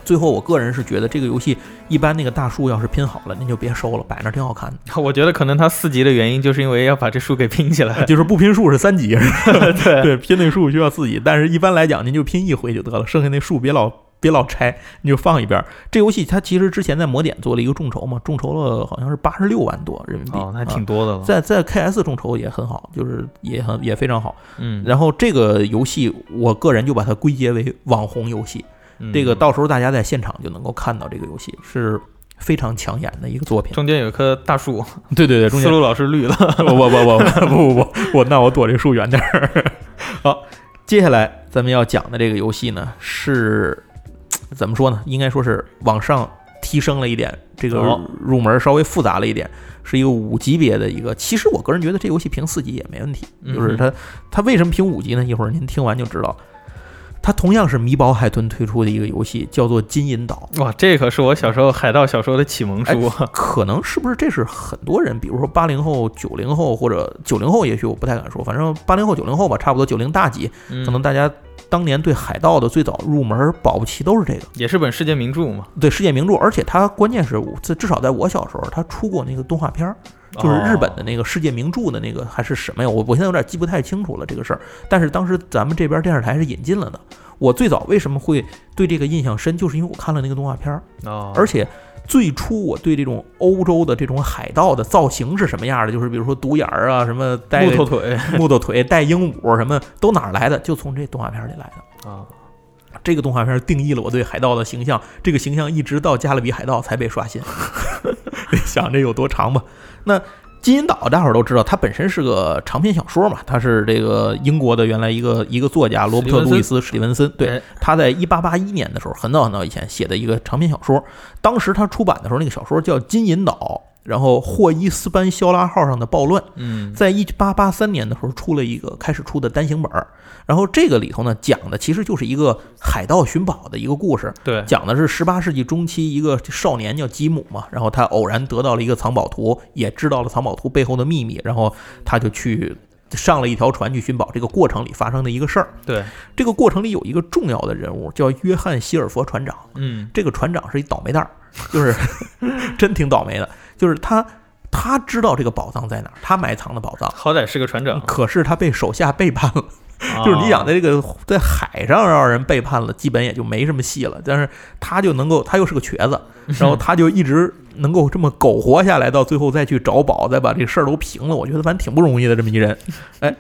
G: 最后，我个人是觉得这个游戏一般那个大树要是拼好了，那就别收了，摆那儿挺好看的。
F: 我觉得可能它四级的原因就是因为要把这树给拼起 来，
G: 就是不拼数是三级，
F: 哎 对
G: 对，拼那树需要自己，但是一般来讲，您就拼一回就得了，剩下那树别老别老拆，你就放一边儿。这游戏它其实之前在魔点做了一个众筹嘛，众筹了好像是八十六万多人民币，
F: 哦，那还
G: 啊
F: 挺多的了，
G: 在在 KS 众筹也很好，就是也很也非常好。
F: 嗯，
G: 然后这个游戏，我个人就把它归结为网红游戏，
F: 嗯
G: 这个到时候大家在现场就能够看到这个游戏是非常抢眼的一个作品。
F: 中间有一棵大树，
G: 对对对，
F: 思路老师绿了，
G: 我我我我 不不不，我那我躲这树远点儿。好，接下来咱们要讲的这个游戏呢，是怎么说呢？应该说是往上提升了一点，这个
F: 哦
G: 入门稍微复杂了一点，是一个五级别的一个。其实我个人觉得这游戏评四级也没问题，
F: 嗯
G: 就是它它为什么评五级呢？一会儿您听完就知道。它同样是米宝海豚推出的一个游戏，叫做《金银岛》。
F: 哇，这可是我小时候海盗小说的启蒙书啊！
G: 可能是不是这是很多人，比如说八零后、九零后或者九零后，也许我不太敢说，反正八零后、九零后吧，差不多九零大几，可
F: 可
G: 能大家当年对海盗的最早入门，保不齐都是这个，
F: 也是本世界名著嘛，
G: 对世界名著。而且它关键是，我至至少在我小时候，它出过那个动画片儿，就是日本的那个世界名著的那个还是什么呀？我我现在有点记不太清楚了这个事儿。但是当时咱们这边电视台是引进了的。我最早为什么会对这个印象深，就是因为我看了那个动画片儿。
F: 哦，
G: 而且最初我对这种欧洲的这种海盗的造型是什么样的，就是比如说独眼儿啊，什么带
F: 木头腿
G: 木头 腿、带鹦鹉什么，都哪儿来的？就从这动画片里来的。
F: 啊，
G: 这个动画片定义了我对海盗的形象，这个形象一直到《加勒比海盗》才被刷新。 你想这有多长吧？那《金银岛》大伙儿都知道，它本身是个长篇小说嘛，它是这个英国的原来一个一个作家罗伯特·路易斯·史蒂文森，对
F: 哎，
G: 他在一八八一年的时候，很早很早以前写的一个长篇小说，当时他出版的时候，那个小说叫《金银岛》，然后霍伊斯班肖拉号上的暴乱。
F: 嗯，
G: 在一八八三年的时候出了一个开始出的单行本儿，然后这个里头呢讲的其实就是一个海盗寻宝的一个故事，
F: 对，
G: 讲的是十八世纪中期一个少年叫吉姆嘛，然后他偶然得到了一个藏宝图，也知道了藏宝图背后的秘密，然后他就去上了一条船去寻宝，这个过程里发生的一个事儿。
F: 对，
G: 这个过程里有一个重要的人物叫约翰希尔佛船长，
F: 嗯，
G: 这个船长是一倒霉蛋儿，就是 真挺倒霉的，就是他他知道这个宝藏在哪儿，他埋藏的宝藏。
F: 好歹是个船长，
G: 嗯可是他被手下背叛了，
F: 啊
G: 就是你想在这个在海上让人背叛了，基本也就没什么戏了。但是他就能够，他又是个瘸子，然后他就一直能够这么苟活下来，到最后再去找宝，再把这事儿都平了。我觉得反正挺不容易的，这么一人。哎，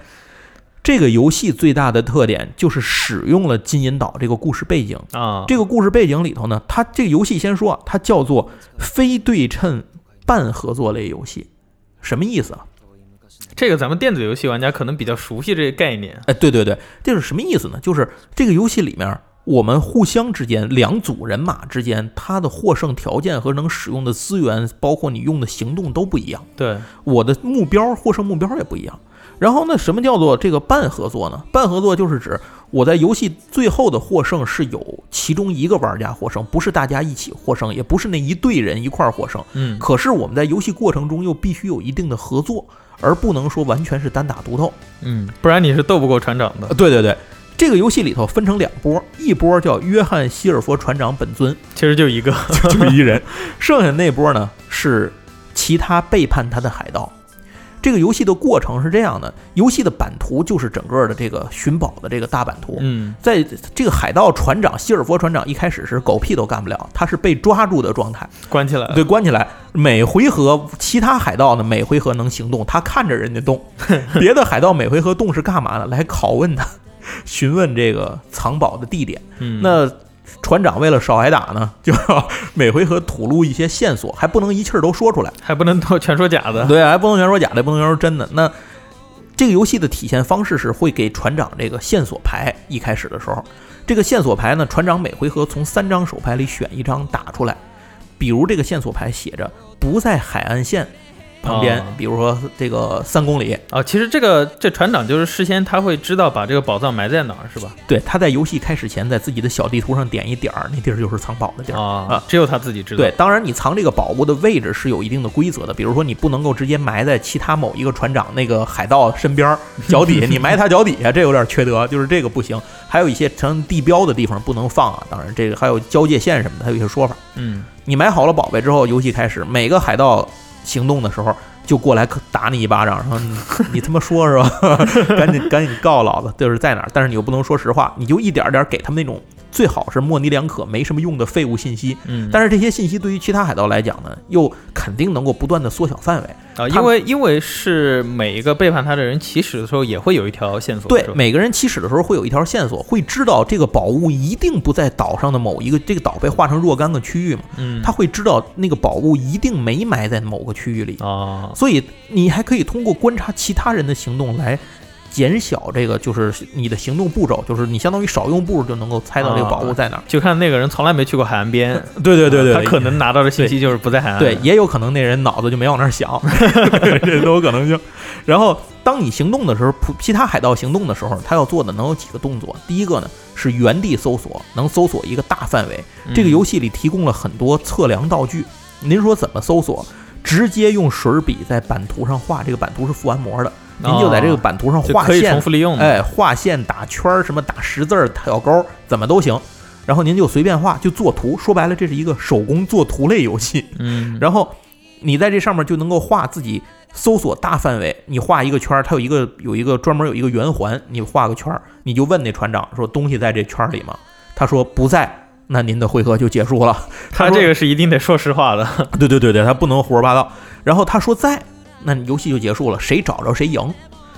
G: 这个游戏最大的特点就是使用了金银岛这个故事背景，
F: 啊，
G: 这个故事背景里头呢，它这个游戏先说啊，它叫做非对称半合作类游戏，什么意思啊？
F: 这个咱们电子游戏玩家可能比较熟悉这个概念，
G: 哎，对对对，这是什么意思呢？就是这个游戏里面，我们互相之间两组人马之间，它的获胜条件和能使用的资源，包括你用的行动都不一样。
F: 对，
G: 我的目标获胜目标也不一样。然后呢，什么叫做这个半合作呢？半合作就是指我在游戏最后的获胜是有其中一个玩家获胜，不是大家一起获胜，也不是那一队人一块儿获胜。
F: 嗯，
G: 可是我们在游戏过程中又必须有一定的合作，而不能说完全是单打独斗。
F: 嗯，不然你是斗不过船长的
G: 呃，对对对，这个游戏里头分成两波，一波叫约翰希尔佛船长本尊，
F: 其实就一个，
G: 就一人； 剩下那波呢是其他背叛他的海盗。这个游戏的过程是这样的，游戏的版图就是整个的这个寻宝的这个大版图。
F: 嗯，
G: 在这个海盗船长希尔佛船长一开始是狗屁都干不了，他是被抓住的状态，
F: 关起来了，
G: 对，关起来。每回合其他海盗呢，每回合能行动，他看着人家动。别的海盗每回合动是干嘛呢？来拷问他，询问这个藏宝的地点。
F: 嗯，
G: 那船长为了少挨打呢，就要 每回合吐露一些线索，还不能一气儿都说出来。
F: 还不能都全说假的，
G: 对，哎还不能全说假的，不能全说真的。那这个游戏的体现方式是会给船长这个线索牌，一开始的时候，这个线索牌呢，船长每回合从三张手牌里选一张打出来。比如这个线索牌写着不在海岸线旁边
F: 哦，
G: 比如说这个三公里，
F: 啊，其实这个这船长就是事先他会知道把这个宝藏埋在哪儿，是吧？
G: 对，他在游戏开始前在自己的小地图上点一点儿，那地儿就是藏宝的地儿。
F: 啊，只有他自己知道，
G: 对，，当然你藏这个宝物的位置是有一定的规则的，比如说你不能够直接埋在其他某一个船长那个海盗身 边儿脚底下，你埋他脚底下，这有点缺德，就是这个不行。还有一些成地标的地方不能放啊，当然这个还有交界线什么的，还有一些说法。
F: 嗯，
G: 你埋好了宝贝之后，游戏开始，每个海盗行动的时候就过来打你一巴掌，然后你你他妈说 是吧？赶紧赶紧告老子，就是在哪儿，但是你又不能说实话，你就一点儿点儿给他们那种最好是模棱两可、没什么用的废物信息。
F: 嗯，
G: 但是这些信息对于其他海盗来讲呢，又肯定能够不断的缩小范围。
F: 啊，
G: 他
F: 因为因为是每一个背叛他的人起始的时候也会有一条线索，
G: 对
F: 是，吧
G: 每个人起始的时候会有一条线索，会知道这个宝物一定不在岛上的某一个，这个岛被划成若干个区域嘛，
F: 嗯，
G: 他会知道那个宝物一定没埋在某个区域里。
F: 啊，
G: 所以你还可以通过观察其他人的行动来减小这个就是你的行动步骤，就是你相当于少用步就能够猜到这个宝物在哪儿。
F: 就看那个人从来没去过海岸边，
G: 啊对对
F: 他可能拿到的信息就是不在海岸。
G: 对，，也有可能那人脑子就没往那 儿想，这都有可能性。然后，当你行动的时候，普其他海盗行动的时候，他要做的能有几个动作？第一个呢是原地搜索，能搜索一个大范围。
F: 嗯
G: 这个游戏里提供了很多测量道具，您说怎么搜索？直接用水笔在版图上画，这个版图是覆完膜的，您就在这个版图上
F: 哦就
G: 画
F: 可以
G: 线
F: 重复利用的。
G: 哎，画线、打圈儿、什么打十字儿、打小勾儿，怎么都行。然后您就随便画，就做图。说白了，这是一个手工做图类游戏。
F: 嗯，
G: 然后你在这上面就能够画自己搜索大范围。你画一个圈儿，它有一个有一个专门有一个圆环，你画个圈儿，你就问那船长说东西在这圈儿里吗？他说不在。那您的回合就结束了。
F: 他这个是一定得说实话的。
G: 对对对对，他不能胡说八道。然后他说在，那游戏就结束了，谁找着谁赢。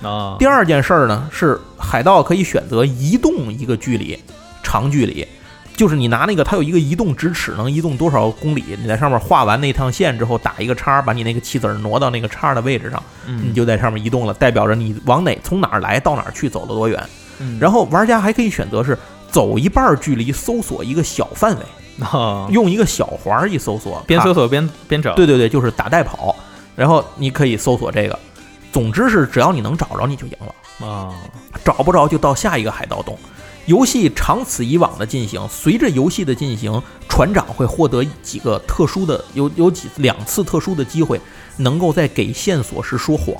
F: 啊，
G: 第二件事儿呢，是海盗可以选择移动一个距离，长距离，就是你拿那个它有一个移动直尺，能移动多少公里？你在上面画完那趟线之后，打一个叉，把你那个棋子儿挪到那个叉的位置上，你
F: 嗯，
G: 就在上面移动了，代表着你往哪从哪儿来到哪儿去，走了多远。然后玩家还可以选择是走一半儿距离搜索一个小范围，
F: 啊，
G: 用一个小环儿一搜索，
F: 边
G: 看
F: 搜索边边找。
G: 对对对，就是打带跑，然后你可以搜索这个。总之是只要你能找着你就赢了。
F: 啊，
G: 找不着就到下一个海盗洞。游戏长此以往的进行，随着游戏的进行，船长会获得几个特殊的，有有几两次特殊的机会，能够在给线索时说谎，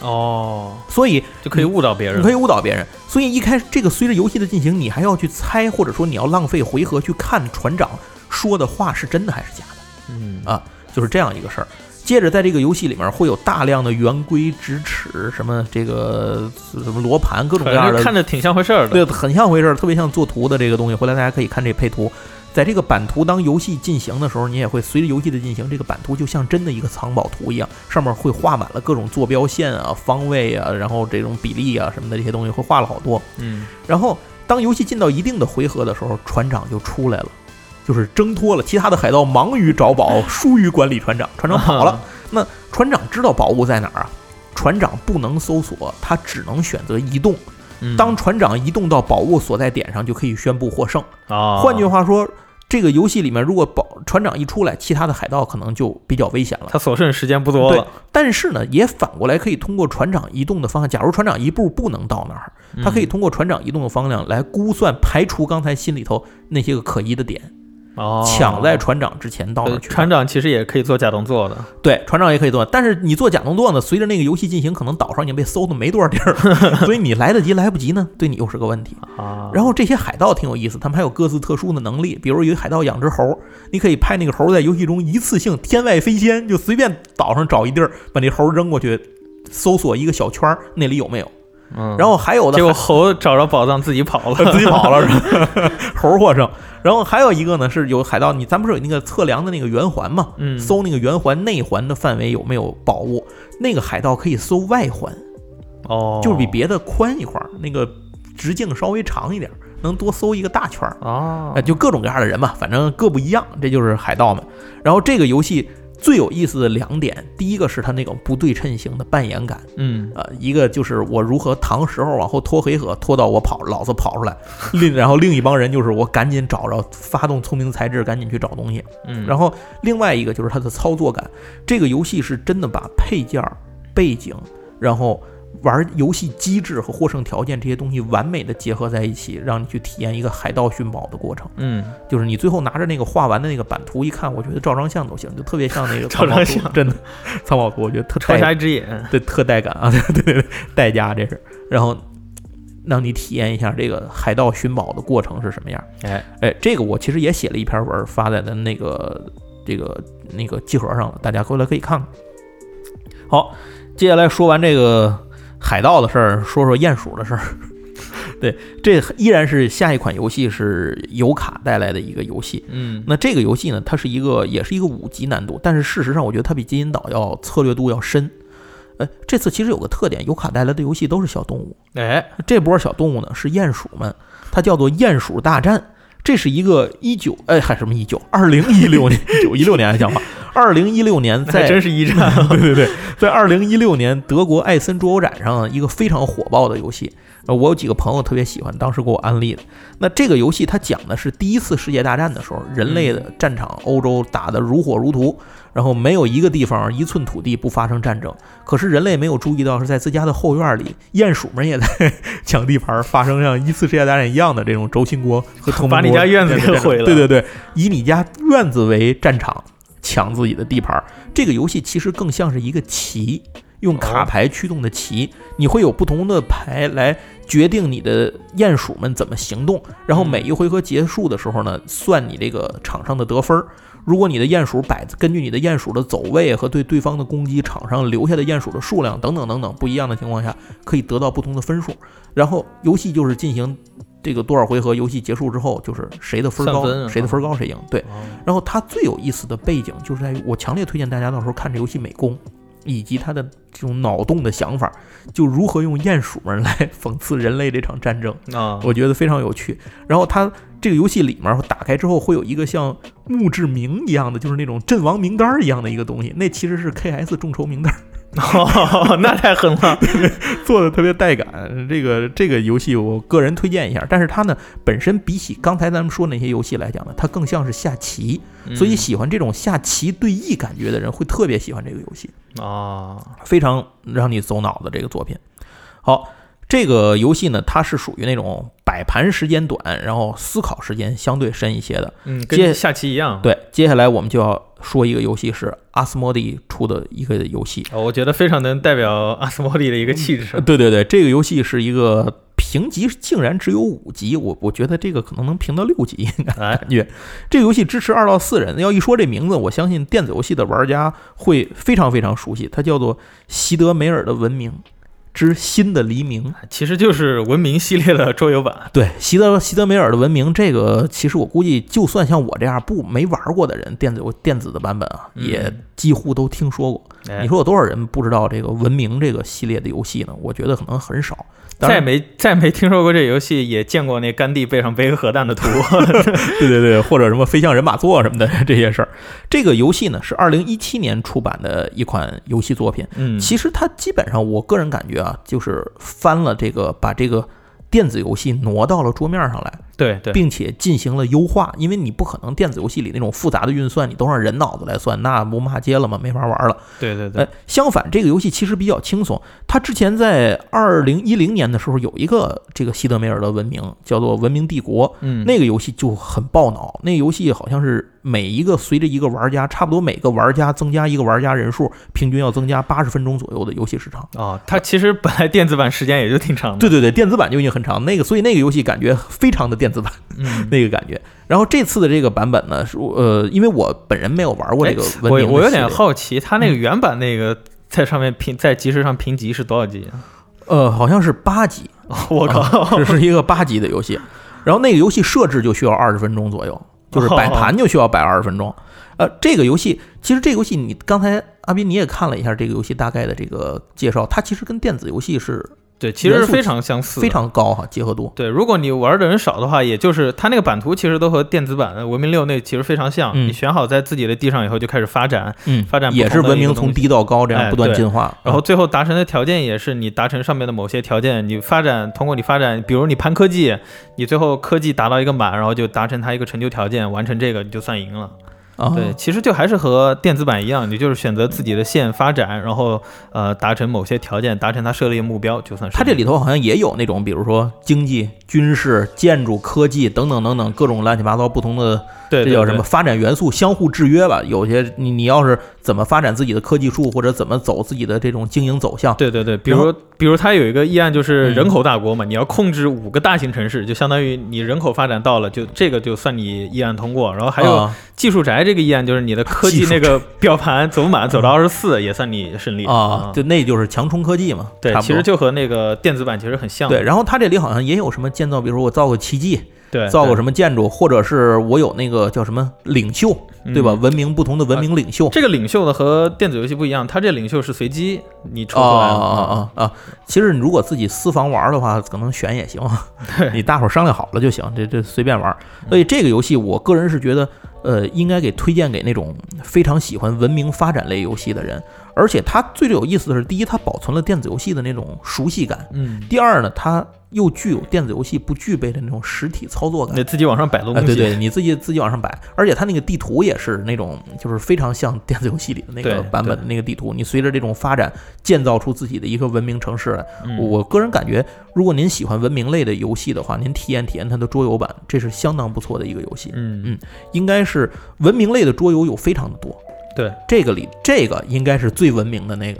F: 哦，
G: 所以呃
F: 就可以误导别人。
G: 你可以误导别人。所以一开始这个随着游戏的进行，你还要去猜，或者说你要浪费回合去看船长说的话是真的还是假的。
F: 嗯
G: 啊，就是这样一个事儿。接着，在这个游戏里面会有大量的圆规、直尺，什么这个什么罗盘，各种各
F: 反
G: 样的
F: 正看着挺像回事儿的。
G: 对，很像回事儿，特别像做图的这个东西。回来大家可以看这配图，在这个版图当游戏进行的时候，你也会随着游戏的进行，这个版图就像真的一个藏宝图一样，上面会画满了各种坐标线啊、方位啊，然后这种比例啊什么的这些东西会画了好多。
F: 嗯，
G: 然后当游戏进到一定的回合的时候，船长就出来了，就是挣脱了其他的海盗，忙于找宝，疏于管理船长，船长跑了。那船长知道宝物在哪儿啊？船长不能搜索，他只能选择移动。
F: 嗯
G: 当船长移动到宝物所在点上，就可以宣布获胜。
F: 啊，
G: 换句话说，这个游戏里面，如果宝船长一出来，其他的海盗可能就比较危险了。
F: 他所剩时间不多了，
G: 但是呢，也反过来可以通过船长移动的方向，假如船长一步不能到那儿，
F: 嗯
G: 他可以通过船长移动的方向来估算、排除刚才心里头那些个可疑的点，
F: 哦，
G: 抢在船长之前到那
F: 呃
G: 儿去。
F: 船长其实也可以做假动作的，
G: 对，船长也可以做，但是你做假动作呢，随着那个游戏进行，可能岛上已经被搜的没多少地 儿了，所以你来得及来不及呢，对你又是个问题。
F: 啊，
G: 然后这些海盗挺有意思，他们还有各自特殊的能力，比如有一海盗养只猴，你可以派那个猴在游戏中一次性天外飞仙，就随便岛上找一地儿，把那猴扔过去，搜索一个小圈儿，那里有没有？
F: 嗯
G: 然后还有的
F: 结果猴找着宝藏自己跑了，
G: 自己跑了，是吧？ 猴获胜。然后还有一个呢，是有海盗，你咱不是有那个测量的那个圆环嘛？
F: 嗯
G: 搜那个圆环内环的范围有没有宝物？那个海盗可以搜外环，
F: 哦，
G: 就是比别的宽一块儿，那个直径稍微长一点儿，能多搜一个大圈儿。
F: 哦
G: 呃，，就各种各样的人嘛，反正各不一样，这就是海盗们。然后这个游戏最有意思的两点，第一个是它那种不对称型的扮演感，
F: 嗯，
G: 呃，一个就是我如何搪石头往后拖黑河，拖到我跑，老子跑出来。另然后另一帮人就是我赶紧找着，发动聪明才智，赶紧去找东西。
F: 嗯
G: 然后另外一个就是它的操作感，这个游戏是真的把配件儿、背景，然后玩游戏机制和获胜条件这些东西完美的结合在一起，让你去体验一个海盗寻宝的过程。
F: 嗯，
G: 就是你最后拿着那个画完的那个版图一看，我觉得照张相都行，就特别像那个
F: 照
G: 藏
F: 张
G: 宝图
F: 相，
G: 真的哎藏宝图，我觉得特
F: 超
G: 带
F: 瞎一只眼，
G: 对特带感啊，对对对，代价这是，然后让你体验一下这个海盗寻宝的过程是什么样。
F: 哎
G: 哎，这个我其实也写了一篇文儿，发在咱那个这个那个集合上了，大家回来可以看看。好，接下来说完这个海盗的事儿，说说鼹鼠的 事儿。对，这依然是下一款游戏是尤卡带来的一个游戏。
F: 嗯，
G: 那这个游戏呢，它是一个也是一个五级难度，但是事实上我觉得它比金银岛要策略度要深。呃，这次其实有个特点，尤卡带来的游戏都是小动物，
F: 哎，
G: 这波小动物呢是鼹鼠们，它叫做鼹鼠大战。这是一个一九哎，还什么一九二零一六年一九一六年还讲话，二零一六年在
F: 还真是一战。
G: 对对对，在二零一六年德国艾森桌游展上，一个非常火爆的游戏，呃我有几个朋友特别喜欢，当时给我安利的。那这个游戏它讲的是第一次世界大战的时候，人类的战场欧洲打得如火如荼，然后没有一个地方一寸土地不发生战争。可是人类没有注意到是在自家的后院里，鼹鼠们也在抢地盘，发生像一次世界大战一样的这种轴心国和同盟
F: 把你
G: 国
F: 家院子给毁了
G: 对对对，以你家院子为战场，抢自己的地盘儿。这个游戏其实更像是一个棋，
F: 哦
G: 用卡牌驱动的棋，你会有不同的牌来决定你的鼹鼠们怎么行动。
F: 嗯
G: 然后每一回合结束的时候呢，算你这个场上的得分儿。如果你的鼹鼠摆根据你的鼹鼠的走位和对对方的攻击，场上留下的鼹鼠的数量等等等等不一样的情况下，可以得到不同的分数。然后游戏就是进行这个多少回合，游戏结束之后就是谁的分儿高，
F: 算分啊
G: 谁的分儿高谁赢。对，然后它最有意思的背景就是在于，我强烈推荐大家到时候看这游戏美工，以及他的这种脑洞的想法，就如何用鼹鼠们来讽刺人类这场战争，
F: 啊，
G: 我觉得非常有趣。然后它这个游戏里面打开之后会有一个像墓志铭一样的，就是那种阵亡名单儿一样的一个东西，那其实是 KS 众筹名单儿。
F: 哦，那太狠了。
G: 做的特别带感。这个这个游戏我个人推荐一下，但是它呢本身比起刚才咱们说那些游戏来讲呢，它更像是下棋， 所
F: 嗯
G: 以喜欢这种下棋对弈感觉的人会特别喜欢这个游戏，
F: 啊，
G: 非常让你走脑的这个作品。好。这个游戏呢，它是属于那种摆盘时间短，然后思考时间相对深一些的。
F: 嗯，
G: 接
F: 跟下棋一样。，
G: 对，接下来我们就要说一个游戏是阿斯莫蒂出的一个游戏，
F: 哦
G: 呃
F: 我觉得非常能代表阿斯莫利的一个气质。
G: 对对对，这个游戏是一个评级竟然只有五级，我我觉得这个可能能评到六级，应该
F: 哎
G: 感觉。这个游戏支持二到四人，要一说这名字，我相信电子游戏的玩家会非常非常熟悉，它叫做《席德梅尔的文明之新的黎明》。
F: 其实就是文明系列的桌游版。
G: 对，席德席德梅尔的文明这个，其实我估计，就算像我这样不没玩过的人，电子游电子的版本啊，
F: 嗯
G: 也几乎都听说过。
F: 哎
G: 你说有多少人不知道这个文明这个系列的游戏呢？我觉得可能很少。当
F: 再
G: 然，
F: 没再没听说过这游戏，也见过那甘地背上背个核弹 的图。
G: 对对对，或者什么飞象人马座什么的 这些事儿。这个游戏呢是二零一七年出版的一款游戏作品。
F: 嗯
G: 其实它基本上，我个人感觉啊，就是翻了这个，把这个电子游戏挪到了桌面上来，
F: 对对，
G: 并且进行了优化。因为你不可能电子游戏里那种复杂的运算，你都让人脑子来算，那不骂街了吗？没法玩了。
F: 对对对
G: 呃，，相反，这个游戏其实比较轻松。它之前在二零一零年的时候有一个这个西德梅尔的文明，叫做《文明帝国》。
F: 嗯，
G: 那个游戏就很爆脑，那个游戏好像是每一个随着一个玩家，差不多每个玩家增加一个玩家人数，平均要增加八十分钟左右的游戏时长。
F: 哦，它其实本来电子版时间也就挺长的。
G: 对对对，电子版就已经很长，那个所以那个游戏感觉非常的电子版
F: 嗯，
G: 那个感觉。然后这次的这个版本呢，是我呃，因为我本人没有玩过这个文
F: 我
G: 明的
F: 哎我有
G: 系
F: 点
G: 列嗯
F: 好奇，它那个原版那个在上面评在集市上评级是多少级 啊？
G: 呃，好像是八级，
F: 我靠！
G: 这是一个八级的游戏。然后那个游戏设置就需要二十分钟左右，就是摆盘就需要摆二十分钟。呃，这个游戏其实这个游戏你刚才阿斌你也看了一下这个游戏大概的这个介绍，它其实跟电子游戏是
F: 对，其实
G: 元
F: 是
G: 素
F: 非常相似的，
G: 非常高哈、结合度。
F: 对。如果你玩的人少的话，也就是它那个版图其实都和电子版的《文明六》那其实非常像。
G: 嗯
F: 你选好在自己的地上以后，就开始发展，
G: 嗯
F: 发展不同
G: 也
F: 的
G: 是文
F: 一
G: 明
F: 个东
G: 从
F: 西
G: 低到高这样
F: 哎
G: 不断
F: 对
G: 进化，
F: 然后最后达成的条件也是你达成上面的某些条件，你发展通过你发展，比如你攀科技，你最后科技达到一个满，然后就达成它一个成就条件，完成这个你就算赢了。
G: 啊，
F: 对，哦其实就还是和电子版一样，你就是选择自己的线发展，然后呃达成某些条件，达成它设立的目标，就算是
G: 它这里头好像也有那种，比如说经济、军事、建筑、科技等等等等各种乱七八糟不同的
F: 对
G: 这叫什？
F: 对对
G: 么发展元素相互制约吧？有些你你要是怎么发展自己的科技树，或者怎么走自己的这种经营走向，
F: 对对对，比
G: 然后
F: 如比如它有一个议案就是
G: 嗯
F: 人口大国嘛，你要控制五个大型城市，就相当于你人口发展到了，就这个就算你议案通过。然后还有
G: 啊
F: 技术宅这个议案，就是你的科技
G: 技术
F: 那 个表盘走满走到二十四也算你胜利嗯
G: 啊，就那就是强冲科技嘛，
F: 对
G: 差，不多
F: 其实就和那个电子版其实很像。
G: 对。然后它这里好像也有什么建造，比如说我造个奇迹，
F: 对，
G: 造个
F: 么？
G: 什么建筑，或者是我有那个叫什么领袖，对吧？
F: 嗯啊
G: 文明不同的文明领袖。
F: 这个领袖的和电子游戏不一样，它这领袖是随机你抽
G: 啊
F: 出来的。
G: 啊啊啊！其实你如果自己私房玩的话，可能选也行，你大伙儿商量好了就行，这这随便玩。所以这个游戏，我个人是觉得呃，应该给推荐给那种非常喜欢文明发展类游戏的人。而且它最有意思的是，第一，它保存了电子游戏的那种熟悉感；
F: 嗯，
G: 第二呢，它又具有电子游戏不具备的那种实体操作感
F: 你。自己往上摆东
G: 啊，
F: 西，
G: 对对，你自己自己往上摆，而且它那个地图也是那种，就是非常像电子游戏里的那个
F: 对
G: 版本的那个地图。你随着这种发展，建造出自己的一个文明城市来。
F: 嗯
G: 我个人感觉，如果您喜欢文明类的游戏的话，您体验体验它的桌游版，这是相当不错的一个游戏。
F: 嗯
G: 嗯应该是文明类的桌游有非常的多，
F: 对，
G: 这个里这个应该是最文明的那个。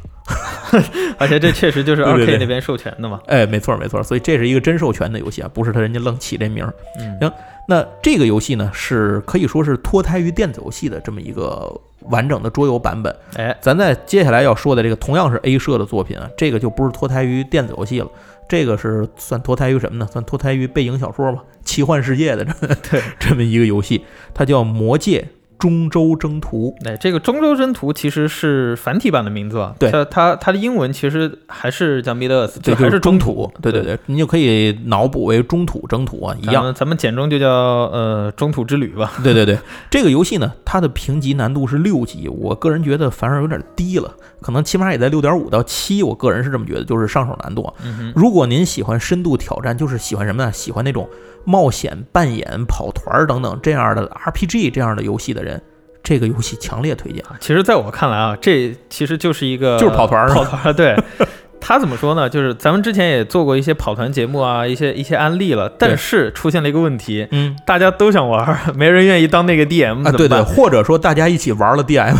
F: 而且这确实就是
G: 对对
F: 二
G: 对
F: K 那边授权的嘛，
G: 哎，没错儿没错儿，所以这是一个真授权的游戏啊，不是他人家愣起这名儿。
F: 嗯
G: 行那这个游戏呢，是可以说是脱胎于电子游戏的这么一个完整的桌游版本。
F: 哎，
G: 咱在接下来要说的这个同样是 A 社的作品啊，这个就不是脱胎于电子游戏了，这个是算脱胎于什么呢？算脱胎于背影小说吧，奇幻世界的这么对 这么一个游戏，它叫《魔界中州征途》。
F: 哎，这个中州征途其实是繁体版的名字啊，
G: 对
F: 它它它的英文其实还是叫 Middle Earth，
G: 这
F: 就还是
G: 中
F: 中
G: 土，对对对，你就可以脑补为中土征途啊，一
F: 咱
G: 样。
F: 们咱们简中就叫呃中土之旅吧，
G: 对对对，这个游戏呢，它的评级难度是六级，我个人觉得反而有点低了，可能起码也在六点五到七，我个人是这么觉得，就是上手难度啊。
F: 嗯哼，
G: 如果您喜欢深度挑战，就是喜欢什么呢？喜欢那种冒险、扮演、跑团儿等等这样的 RPG 这样的游戏的人，这个游戏强烈推荐。
F: 其实在我看来啊，这其实就是一个
G: 就是跑团儿
F: 跑团儿 对。他怎么说呢？就是咱们之前也做过一些跑团节目啊，一些一些案例了，但是出现了一个问题，
G: 嗯
F: 大家都想玩儿， 没人愿意当那个 DM，
G: 啊，
F: 怎么
G: 对对，
F: 办
G: 或者说大家一起玩了 DM，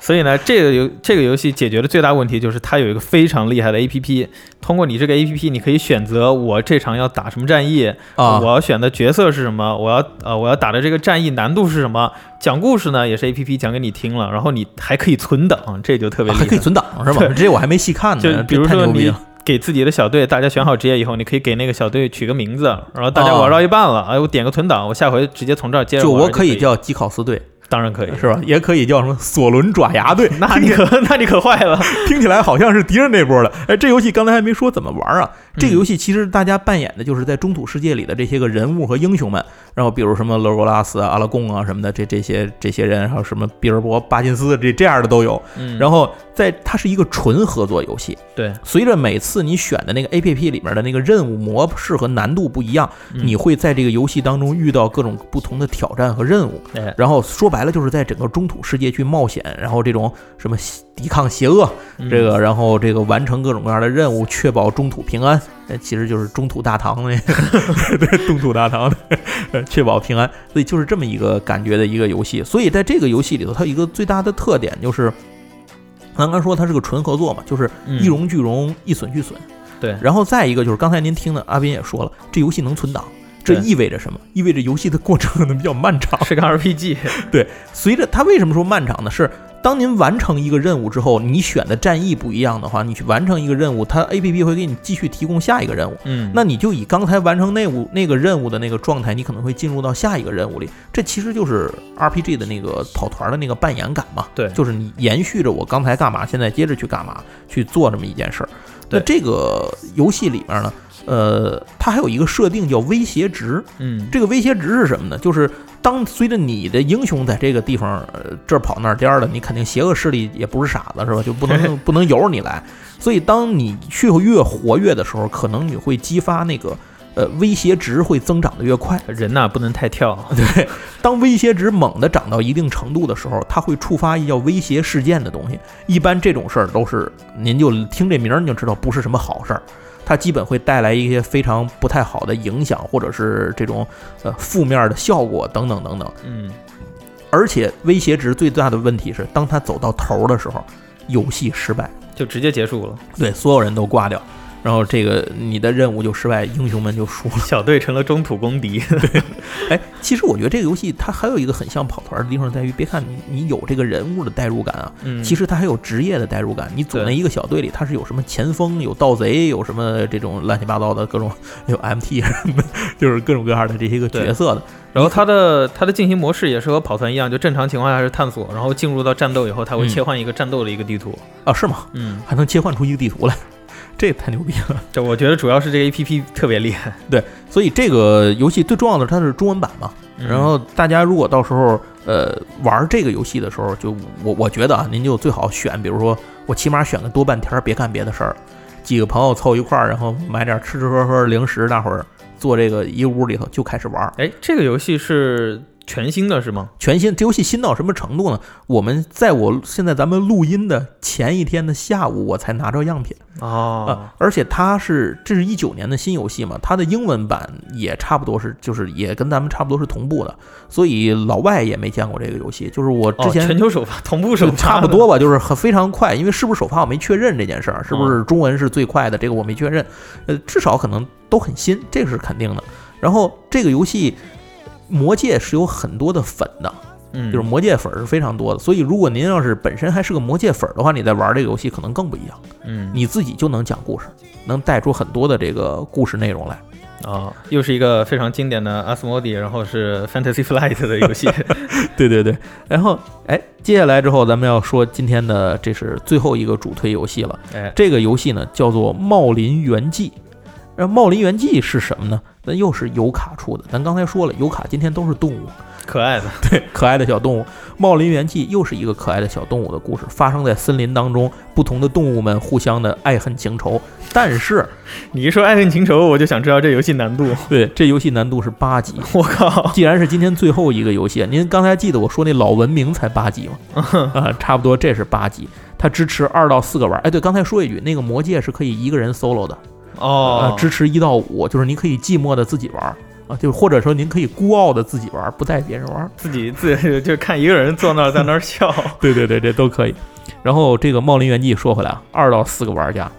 F: 所以呢，这个游这个游戏解决的最大问题就是它有一个非常厉害的 APP，通过你这个 APP，你可以选择我这场要打什么战役，
G: 啊
F: 我要选的角色是什么，我要呃我要打的这个战役难度是什么，讲故事呢也是 APP 讲给你听了，然后你还可以存档，这就特别厉害。
G: 还可以存档是 吧？
F: 对
G: 这我还没细看呢，
F: 就比如
G: 这太
F: 说
G: 牛逼
F: 你
G: 了
F: 给自己的小队，大家选好职业以后，你可以给那个小队取个名字，然后大家
G: 哦
F: 玩到一半了，哎，我点个存档，我下回直接从这儿接着
G: 就
F: 玩
G: 我
F: 就
G: 可
F: 可
G: 以，叫基考斯队
F: 当然可以。
G: 是吧？也可以叫什么索伦爪牙队，
F: 那你 可那你可坏了，
G: 听起来好像是敌人那波的。哎，这游戏刚才还没说怎么玩啊？
F: 嗯
G: 这个游戏其实大家扮演的就是在中土世界里的这些个人物和英雄们，然后比如什么勒罗拉斯啊、阿拉贡啊什么的，这这些这些人，还有什么比尔博、巴金斯这这样的都有。
F: 嗯
G: 然后在它是一个纯合作游戏，
F: 对，
G: 随着每次你选的那个 A P P 里面的那个任务模式和难度不一样，
F: 嗯
G: 你会在这个游戏当中遇到各种不同的挑战和任务。
F: 哎
G: 然后说白了，就是在整个中土世界去冒险，然后这种什么抵抗邪恶，
F: 嗯
G: 这个，然后这个完成各种各样的任务，确保中土平安。呃，其实就是中土大唐那个， 对，中土大唐，呃确保平安。所以就是这么一个感觉的一个游戏。所以在这个游戏里头，它有一个最大的特点就是，刚刚说它是个纯合作嘛，就是
F: 嗯
G: 一荣俱荣，一损俱损。
F: 对
G: 然后再一个就是刚才您听的，阿斌也说了，这游戏能存档，这
F: 对
G: 意味着什么？意味着游戏的过程可能比较漫长。
F: 是个 RPG，
G: 随着它为什么说漫长呢？是当您完成一个任务之后，你选的战役不一样的话，你去完成一个任务，它 A P P 会给你继续提供下一个任务。
F: 嗯
G: 那你就以刚才完成那务那个任务的那个状态，你可能会进入到下一个任务里。这其实就是 R P G 的那个跑团的那个扮演感嘛。
F: 对
G: 就是你延续着我刚才干嘛，现在接着去干嘛，去做这么一件事儿。那
F: 对
G: 这个游戏里面呢，呃，它还有一个设定叫威胁值。
F: 嗯
G: 这个威胁值是什么呢？就是当随着你的英雄在这个地方呃这儿跑那儿颠儿的，你肯定邪恶势力也不是傻子是吧？就不能不能由着你来。所以当你去越活跃的时候，可能你会激发那个呃威胁值会增长的越快。
F: 人呐、不能太跳，
G: 当威胁值猛地涨到一定程度的时候，它会触发一叫威胁事件的东西。一般这种事儿都是您就听这名儿你就知道不是什么好事儿，它基本会带来一些非常不太好的影响，或者是这种呃负面的效果等等等等。
F: 嗯，
G: 而且威胁值最大的问题是，当它走到头儿的时候，游戏失败，
F: 就直接结束了，
G: 对所有人都挂掉，然后这个你的任务就失败，英雄们就输了。
F: 小队成了中土公 敌，
G: 哎，其实我觉得这个游戏它还有一个很像跑团的地方在于，别看你你有这个人物的代入感啊，
F: 嗯，
G: 其实它还有职业的代入感。你组那
F: 对
G: 一个小队里，它是有什么前锋，有盗贼，有什么这种乱七八糟的各种， 有 MT 什么的， 就是各种各样的这些个角色的。
F: 然后它的它的进行模式也是和跑团一样，就正常情况下是探索，然后进入到战斗以后，它会
G: 嗯
F: 切换一个战斗的一个地图，
G: 啊，是吗？
F: 嗯，
G: 还能切换出一个地图来， 这太牛逼了。
F: 这我觉得主要是这个 A P P 特别厉害。
G: 所以这个游戏最重要的是它是中文版嘛，
F: 嗯
G: 然后大家如果到时候呃玩这个游戏的时候，就我我觉得啊，您就最好选，比如说我起码选个多半天儿，别干别的事儿，几个朋友凑一块儿，然后买点吃吃喝喝零食，大伙儿坐这个一屋里头就开始玩儿。
F: 哎，这个游戏是全新的是吗？
G: 全新这游戏新到什么程度呢？我们在我现在咱们录音的前一天的下午，我才拿着样品。
F: 哦
G: 啊，，而且它是这是一九年的新游戏嘛，它的英文版也差不多是，就是也跟咱们差不多是同步的，所以老外也没见过这个游戏。就是我之
F: 哦，全
G: 前
F: 球首发，同步首
G: 就
F: 发，
G: 差不多。吧，就是很非常快，因为是不是首发我没确认这件事儿，是不是中文是最快的，这个我没确认。呃，至少可能都很新，这个是肯定的。然后这个游戏《魔界》是有很多的粉的，
F: 嗯，
G: 就是魔界粉儿是非常多的，所以如果您要是本身还是个魔界粉儿的话，你在玩这个游戏可能更不一样。
F: 嗯，
G: 你自己就能讲故事，能带出很多的这个故事内容来。
F: 啊，又是一个非常经典的 Asmodee，然后是 Fantasy Flight 的游 戏。
G: 对对对，然后哎，接下来之后咱们要说今天的这是最后一个主推游戏了。
F: 哎，
G: 这个游戏呢叫做《茂林园记》。那《茂林园记》是什么呢？那又是尤卡出的。咱刚才说了，尤卡今天都是动物，
F: 可爱的，
G: 可爱的小动物。《茂林园记》又是一个可爱的小动物的故事，发生在森林当中，不同的动物们互相的爱恨情仇。但是，
F: 你一说爱恨情仇，我就想知道这游戏难度。
G: 对这游戏难度是八级，
F: 我靠，
G: 既然是今天最后一个游戏，您刚才记得我说那老文明才八级吗？啊，差不多这是八级，它支持二到四个玩儿。哎，对，刚才说一句，那个魔戒是可以一个人 solo 的，
F: 哦
G: 啊，，支持一到五，就是你可以寂寞的自己玩儿啊，就或者说您可以孤傲的自己玩儿，不带别人玩儿。
F: 自己自己就看一个人坐那儿在那儿 笑。
G: 对对对，这都可以。然后这个《茂林园记》说回来啊，二到四个玩家，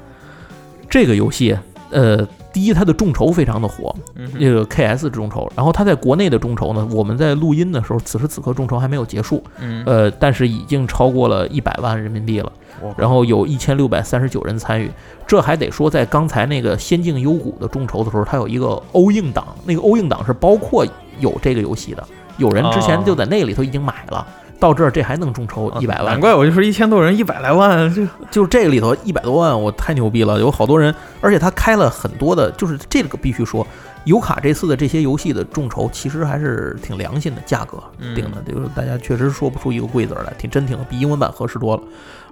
G: 这个游戏，呃，第一它的众筹非常的火，
F: 嗯
G: 这
F: 哼
G: 个 KS 众筹，然后它在国内的众筹呢，我们在录音的时候，此时此刻众筹还没有结束，
F: 嗯，
G: 呃，但是已经超过了一百万人民币了，然后有一千六百三十九人参与，这还得说，在刚才那个《仙境幽谷》的众筹的时候，它有一个欧印档，那个欧印档是包括有这个游戏的，有人之前就在那里头已经买了。到这儿这还能众筹
F: 啊
G: 一百万
F: 哦难，怪我就说一千多人一百来万，这
G: 就这个里头一百多万，我太牛逼了！有好多人，而且他开了很多的，就是这个必须说，尤卡这次的这些游戏的众筹其实还是挺良心的价格
F: 嗯
G: 定的，就是大家确实说不出一个贵字儿来，挺真挺比英文版合适多了。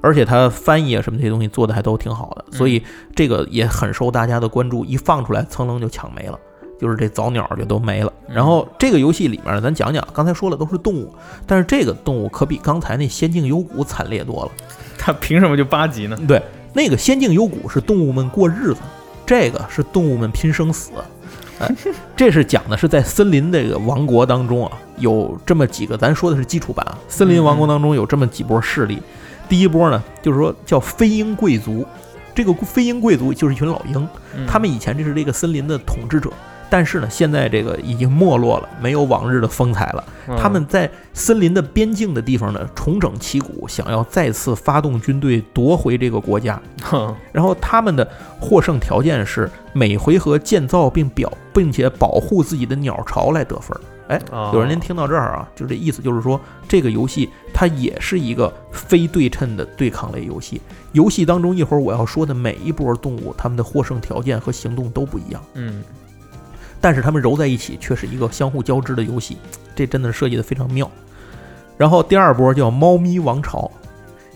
G: 而且它翻译啊什么这些东西做的还都挺好的，所以这个也很受大家的关注，一放出来蹭楞就抢没了。就是这早鸟就都没了，然后这个游戏里面呢，咱讲讲，刚才说了都是动物，但是这个动物可比刚才那《仙境幽谷》惨烈多了。
F: 他凭什么就八级呢？
G: 对，那个《仙境幽谷》是动物们过日子，这个是动物们拼生死。哎，这是讲的是在森林这个王国当中啊，有这么几个，咱说的是基础版啊。森林王国当中有这么几波势力，第一波呢，就是说叫飞鹰贵族，这个飞鹰贵族就是一群老鹰，
F: 嗯
G: 他们以前这是这个森林的统治者，但是呢，现在这个已经没落了，没有往日的风采了。
F: 嗯
G: 他们在森林的边境的地方呢，重整旗鼓，想要再次发动军队夺回这个国家。
F: 哼
G: 然后他们的获胜条件是每回合建造并表并且保护自己的鸟巢来得分儿。哎，
F: 哦
G: 有人您听到这儿啊，就这意思，就是说这个游戏它也是一个非对称的对抗类游戏。游戏当中一会儿我要说的每一波动物，它们的获胜条件和行动都不一样。
F: 嗯
G: 但是它们揉在一起却是一个相互交织的游戏，这真的设计的非常妙。然后第二波叫猫咪王朝，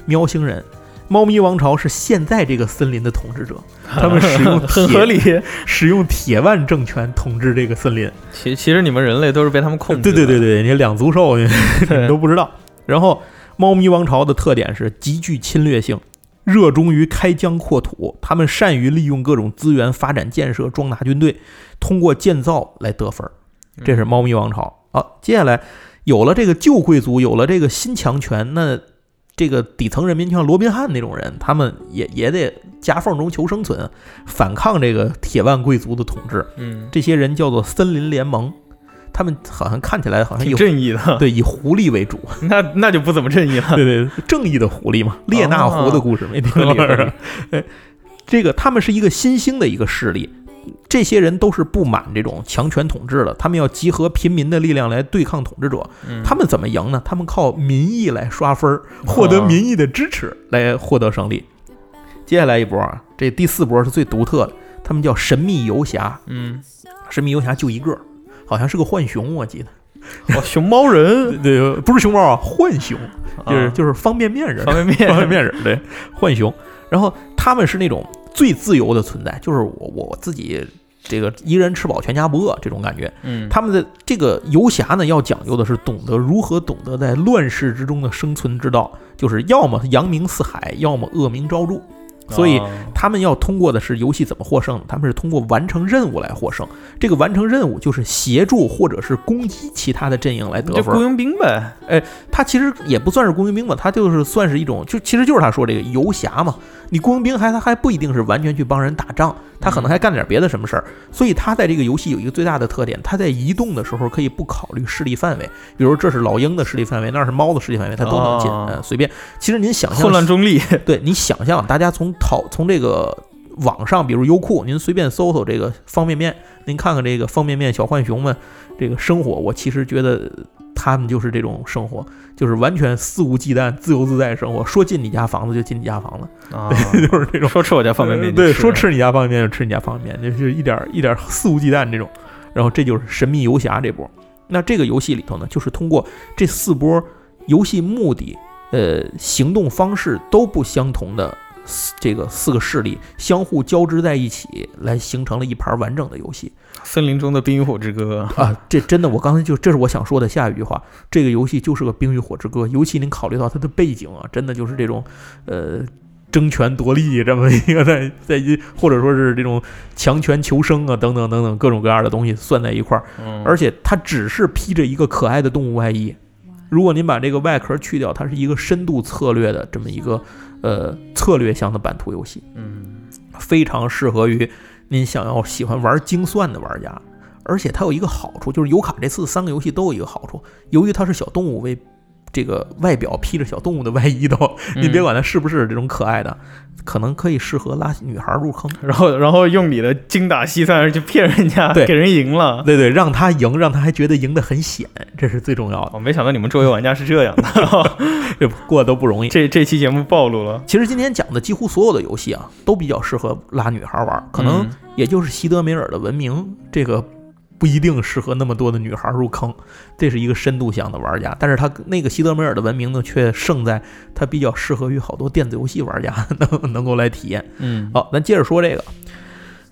G: 喵星人。猫咪王朝是现在这个森林的统治者，他们使用
F: 啊很合理。
G: 使用铁腕政权统治这个森林。
F: 其其实你们人类都是被他们控制
G: 对
F: 的。
G: 对对对，你两足 兽你
F: 对
G: 都不知道。然后，猫咪王朝的特点是极具侵略性，热衷于开疆扩土，他们善于利用各种资源发展建设、壮大军队，通过建造来得分儿。
F: 嗯
G: 这是猫咪王朝。好、接下来有了这个旧贵族，有了这个新强权，那这个底层人民，就像罗宾汉那种人，他们也也得夹缝中求生存，反抗这个铁腕贵族的统治。
F: 嗯，
G: 这些人叫做森林联盟，他们好像看起来好像以
F: 挺正 义的，
G: 对以狐狸为主，
F: 那那就不怎么正义了。
G: 对哦对，正义的狐狸嘛，列那狐的故事没听 过
F: 合理合理
G: 吧？哎这个他们是一个新兴的一个势力，这些人都是不满这种强权统治的，他们要集合平民的力量来对抗统治者。他们怎么赢呢？他们靠民意哦来刷分儿，获得民意的支持来获得胜利。接下来一波啊，这第四波是最独特的，他们叫神秘游侠，
F: 嗯，
G: 神秘游侠就一个，好像是个浣熊，我记得。
F: 哦，熊猫人
G: 对，不是熊猫啊，浣熊， 就是、
F: 啊
G: 就是方便面人，
F: 方便面，
G: 方便 面人对，浣熊。然后他们是那种最自由的存在，就是我我我自己这个一人吃饱全家不饿这种感觉。
F: 嗯，
G: 他们的这个游侠呢，要讲究的是懂得如何懂得在乱世之中的生存之道，就是要么扬名四海，要么恶名昭著。所以
F: 啊
G: 他们要通过的是游戏怎么获胜，他们是通过完成任务来获胜。这个完成任务就是协助或者是攻击其他的阵营来得
F: 就
G: 分。
F: 雇佣兵呗，
G: 他其实也不算是雇佣兵吧，他就是算是一种，就其实就是他说这个游侠嘛。你雇佣兵还他还不一定是完全去帮人打仗，他可能还干点别的什么事儿。所以他在这个游戏有一个最大的特点，他在移动的时候可以不考虑势力范围，比如这是老鹰的势力范围，那是猫的势力范围，他都能进，
F: 哦
G: 呃，随便。其实您想象
F: 混乱中立，
G: 对你想象，大家从淘从这个网上，比如优酷，您随便搜搜这个方便面，您看看这个方便面小浣熊们这个生活，我其实觉得他们就是这种生活，就是完全肆无忌惮、自由自在的生活，说进你家房子就进你家房子，
F: 啊，
G: 就是这种
F: 说吃我家方便面，
G: 呃对，
F: 你
G: 说吃你家方便面就吃你家方便面，就是一点一点肆无忌惮这种。然后这就是神秘游侠这波。那这个游戏里头呢，就是通过这四波游戏目的、呃行动方式都不相同的四这个四个势力相互交织在一起，来形成了一盘完整的游戏
F: 森林中的冰与火之歌
G: 啊！这真的，我刚才就这是我想说的下一句话。这个游戏就是个《冰与火之歌》，尤其您考虑到它的背景啊，真的就是这种呃争权夺利这么一个 在在一或者说是这种强权求生啊等等等等各种各样的东西算在一块儿，
F: 嗯
G: 而且它只是披着一个可爱的动物外衣。如果您把这个外壳去掉，它是一个深度策略的这么一个呃策略向的版图游戏，
F: 嗯，
G: 非常适合于您想要喜欢玩精算的玩家。而且它有一个好处，就是尤卡这次三个游戏都有一个好处，由于它是小动物为这个外表披着小动物的外衣都，你
F: 嗯
G: 别管它是不是这种可爱的，可能可以适合拉女孩入坑。
F: 嗯然后然后用你的精打细算去骗人家，
G: 对
F: 给人赢了。
G: 对对，让她赢，让她还觉得赢得很险，这是最重要 的。
F: 我哦没想到你们周围玩家是这样 的，
G: 这过得都不容易。
F: 这这期节目暴露了。
G: 其实今天讲的几乎所有的游戏啊，都比较适合拉女孩玩，可能
F: 嗯
G: 也就是西德梅尔的《文明》这个不一定适合那么多的女孩入坑，这是一个深度向的玩家。但是他那个西德梅尔的《文明》呢，却胜在它比较适合于好多电子游戏玩家 能能够来体验。
F: 嗯，
G: 好，咱接着说这个，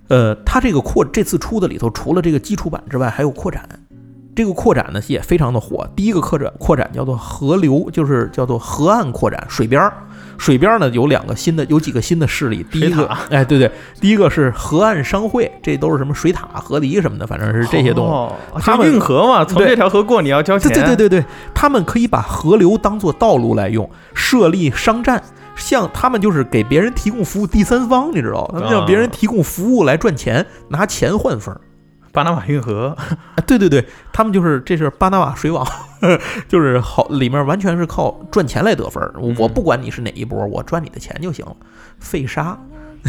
G: 呃，它这个扩这次出的里头，除了这个基础版之外，还有扩展。这个扩展呢也非常的火。第一个扩展扩展叫做河流，就是叫做河岸扩展，水边儿。水边儿呢有两个新的，有几个新的势力。第一
F: 水
G: 个，哎，对对，第一个是河岸商会，这都是什么水獭、河狸什么的，反正是这些动物。
F: 哦啊
G: 他
F: 就
G: 们
F: 运河嘛，从
G: 对
F: 这条河过你要交钱。
G: 啊对对对对对，他们可以把河流当做道路来用，设立商站，像他们就是给别人提供服务，第三方你知道，
F: 啊
G: 他们让别人提供服务来赚钱，拿钱换分儿。
F: 巴拿马运河，
G: 啊，对对对，他们就是这是巴拿马水网， 就是好里面完全是靠赚钱来得分儿。我我
F: 嗯
G: 不管你是哪一波，我赚你的钱就行了，废沙，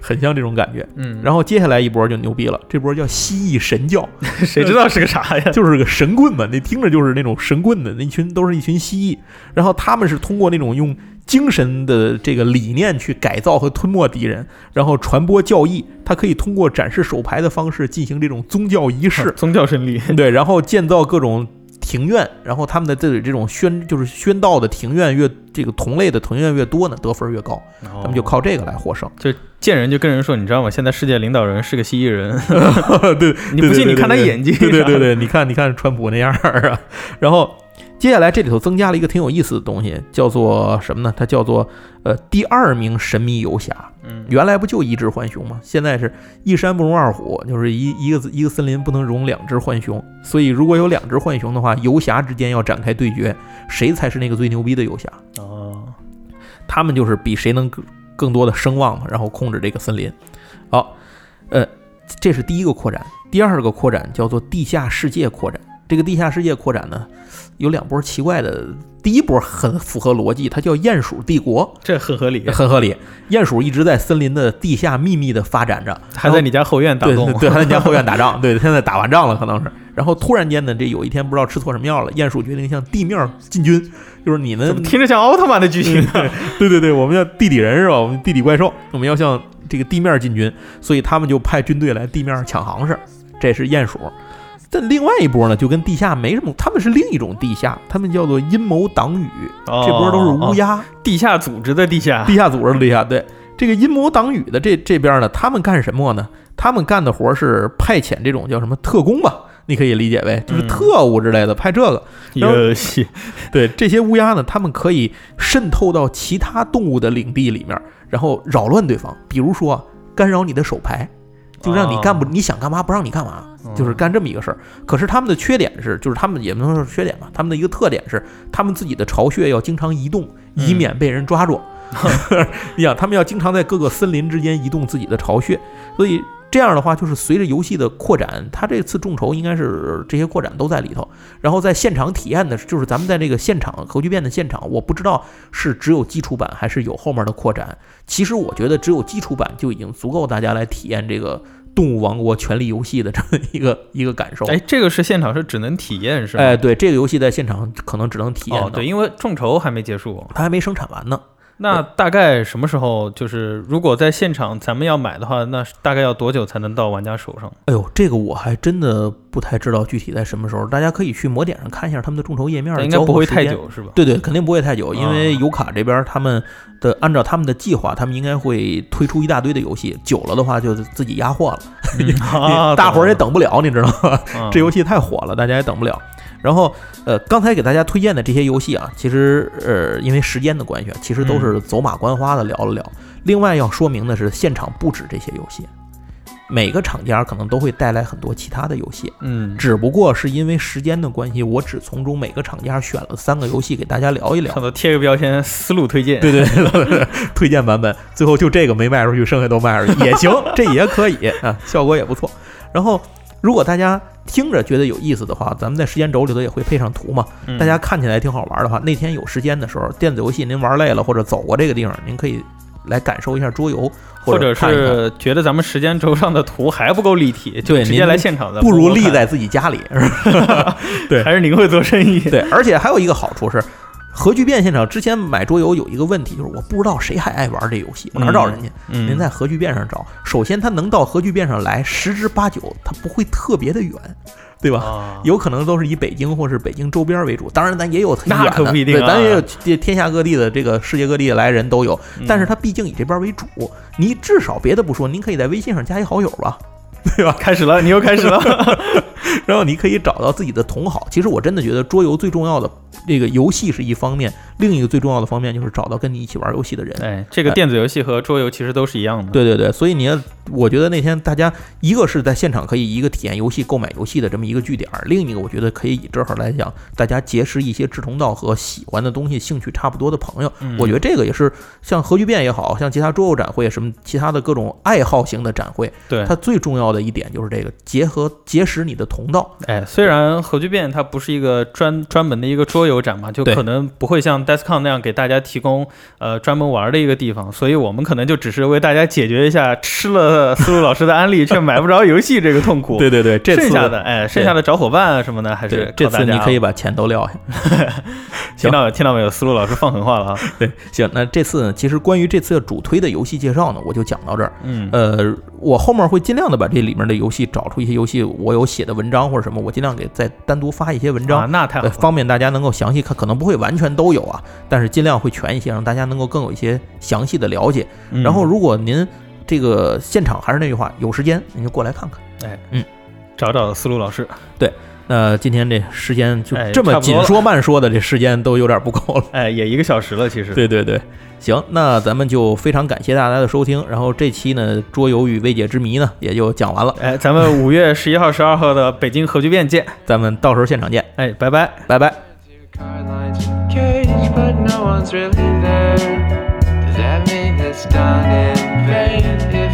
G: 很像这种感觉。
F: 嗯然
G: 然后接下来一波就牛逼了，这波叫蜥蜴神教，
F: 后谁知道是个 啥呀？
G: 就是个神棍嘛，你听着就是那种神棍的那群，都是一群蜥蜴。然后他们是通过那种用精神的这个理念去改造和吞没敌人，然后传播教义。他可以通过展示手牌的方式进行这种宗教仪式，
F: 宗教胜利，
G: 对，然后建造各种庭院，然后他们的这里这种宣就是宣道的庭院越这个同类的庭院越多呢，得分越高，
F: 他
G: 他们就靠这个来获胜。
F: 见人就跟人说，你知道吗？现在世界领导人是个蜥蜴人，
G: 对，
F: 你不
G: 对
F: 信
G: 对
F: 你看他
G: 对对
F: 眼睛
G: 对对对对，你看你看川普那样儿啊。然后接下来这里头增加了一个挺有意思的东西，叫做什么呢？它叫做呃第二名神秘游侠。
F: 嗯
G: 原来不就一只浣熊吗？现在是一山不容二虎，就是一一个一个森林不能容两只浣熊。所以如果有两只浣熊的话，游侠之间要展开对决，谁才是那个最牛逼的游侠？
F: 哦，
G: 他们就是比谁能更更多的声望嘛，然后控制这个森林。好，呃，这是第一个扩展。第二个扩展叫做地下世界扩展。这个地下世界扩展呢，有两波奇怪的。第一波很符合逻辑，它叫鼹鼠帝国，
F: 这很合理，
G: 很合理。鼹鼠一直在森林的地下秘密的发展 着，
F: 还在你家后院打
G: 对
F: 洞
G: 对，对，还在你家后 院打仗。对，现在打完仗了，可能是。然后突然间呢，这有一天不知道吃错什么药了，鼹鼠决定向地面进军，就是你们
F: 听着像奥特曼的剧情啊，
G: 对对对，我们叫地底人是吧？我们地底怪兽，我们要向这个地面进军，所以他们就派军队来地面上抢行市，这是鼹鼠。但另外一波呢，就跟地下没什么，他们是另一种地下，他们叫做阴谋党羽，
F: 哦
G: 这波都是乌鸦，
F: 地下组织的地下，
G: 地下组织的地下。对，这个阴谋党羽的这这边呢，他们干什么呢？他们干的活是派遣这种叫什么特工吧，你可以理解为就是
F: 嗯
G: 特务之类的，派这个。
F: 一个戏，
G: 对这些乌鸦呢，它们可以渗透到其他动物的领地里面，然后扰乱对方。比如说啊，干扰你的手牌，就让你干不、
F: 哦嗯
G: 你想干嘛不让你干嘛， 就是干这么一个事儿。可是他们的缺点是，就是他们也不能说是缺点吧，他们的一个特点是，他们自己的巢穴要经常移动，以
F: 嗯
G: 免被人 抓住。 你想，他们要经常在各个森林之间移动自己的巢穴，所以这样的话，就是随着游戏的扩展，它这次众筹应该是这些扩展都在里头。然后在现场体验的，就是咱们在这个现场核聚变的现场，我不知道是只有基础版还是有后面的扩展。其实我觉得只有基础版就已经足够大家来体验这个《动物王国：权力游戏》的这么一个一个感受。
F: 哎，这个是现场是只能体验是吗？
G: 哎，对，这个游戏在现场可能只能体验哎
F: 哦，
G: 到
F: 对，因为众筹还没结束，
G: 它还没生产完呢。
F: 那大概什么时候？就是如果在现场咱们要买的话，那大概要多久才能到玩家手上？
G: 哎呦，这个我还真的不太知道具体在什么时候，大家可以去魔点上看一下他们的众筹页面，
F: 应该
G: 交
F: 不
G: 付
F: 会
G: 时
F: 太
G: 间。
F: 久是吧？
G: 对对，肯定不会太久，因为
F: 啊
G: 油卡这边他们的按照他们的计划，他们应该会推出一大堆的游戏，久了的话就自己压货了，
F: 啊，
G: 大伙儿也
F: 懂
G: 等不了，你知道吗？
F: 了，嗯
G: 这游戏太火了，大家也等不了。然后，呃，刚才给大家推荐的这些游戏啊，其实呃，因为时间的关系啊，其实
F: 嗯
G: 都是走马观花的聊了聊。另外要说明的是，现场不止这些游戏，每个厂家可能都会带来很多其他的游戏，
F: 嗯，
G: 只不过是因为时间的关系，我只从中每个厂家选了三个游戏给大家聊一聊
F: 上。头贴个标签，思路推荐。
G: 对对对， 推荐版本，最后就这个没卖出去，剩下都卖出去也行，这也可以啊，效果也不错。然后，如果大家听着觉得有意思的话，咱们在时间轴里头也会配上图嘛，
F: 嗯
G: 大家看起来挺好玩的话，那天有时间的时候，电子游戏您玩累了或者走过这个地方，您可以来感受一下桌游，
F: 或
G: 者
F: 者
G: 看一看
F: 是觉得咱们时间轴上的图还不够立体，就
G: 对
F: 直接
G: 您
F: 来现场的，
G: 不如
F: 立
G: 立在自己家里。对
F: 还是您会做生意。
G: 对，而且还有一个好处是。核聚变现场之前买桌游有一个问题，就是我不知道谁还爱玩这游戏，我哪儿找人去？
F: 嗯，
G: 您在核聚变上找，首先它能到核聚变上来，十之八九它不会特别的远，对吧？
F: 啊，
G: 有可能都是以北京或是北京周边为主，当然咱也有很
F: 那
G: 远
F: 可
G: 的，
F: 不一定
G: 对，
F: 啊
G: 咱也有天天下各地的这个世界各地来人都有，但
F: 嗯
G: 是它毕竟以这边为主，你至少别的不说，您可以在微信上加一好友吧，
F: 开始了，你又开始了。
G: 然后你可以找到自己的同好。其实我真的觉得桌游最重要的这个游戏是一方面，另一个最重要的方面就是找到跟你一起玩游戏的人。
F: 哎，这个电子游戏和桌游其实都是一样的。
G: 对对对，所以你要，我觉得那天大家一个是在现场可以一个体验游戏、购买游戏的这么一个据点儿，另一个我觉得可以以这会儿来讲，大家结识一些志同道合、喜欢的东西、兴趣差不多的朋友。
F: 嗯
G: 我觉得这个也是像核聚变也好像其他桌游展会、什么其他的各种爱好型的展会，
F: 对
G: 它最重要的一点就是这个结合结识你的同道。
F: 哎，虽然核聚变它不是一个专专门的一个桌游展嘛，就
G: 对
F: 可能不会像 DESCON 那样给大家提供呃专门玩的一个地方，所以我们可能就只是为大家解决一下吃了思路老师的安利却买不着游戏这个痛 苦。
G: 对对，
F: 剩下的哎，剩下的找伙伴啊什么的，还是
G: 对这
F: 靠大
G: 次你
F: 家
G: 可以
F: 啊
G: 把钱都撂下。
F: 听到听到没有？思路老师放狠话了 啊！
G: 对，行，那这次呢，其实关于这次主推的游戏介绍呢，我就讲到这儿。
F: 嗯，
G: 呃，我后面会尽量的把这里面的游戏找出一些游戏我有写的文章或者什么，我尽量给再单独发一些文章，
F: 啊，那太好
G: 呃
F: 了。
G: 方便大家能够详细看，可能不会完全都有啊，但是尽量会全一些，让大家能够更有一些详细的了解。
F: 嗯
G: 然后，如果您这个现场还是那句话，有时间您就过来看看。
F: 找找思路老师，
G: 那今天这时间就
F: 哎差
G: 这么
F: 不多
G: 紧
F: 了
G: 说慢说的，这时间都有点不够了。
F: 哎，也一个小时了，其实。
G: 对对对，行，那咱们就非常感谢大家的收听。然后这期呢，桌游与未解之谜呢也就讲完了，
F: 哎，咱们五月十一号、十二号的北京核聚变见。
G: 咱们到时候现场见，
F: 哎，拜拜。
G: 拜拜。
H: Car lines in a cage, but no one's really there. Does that mean it's done in vain?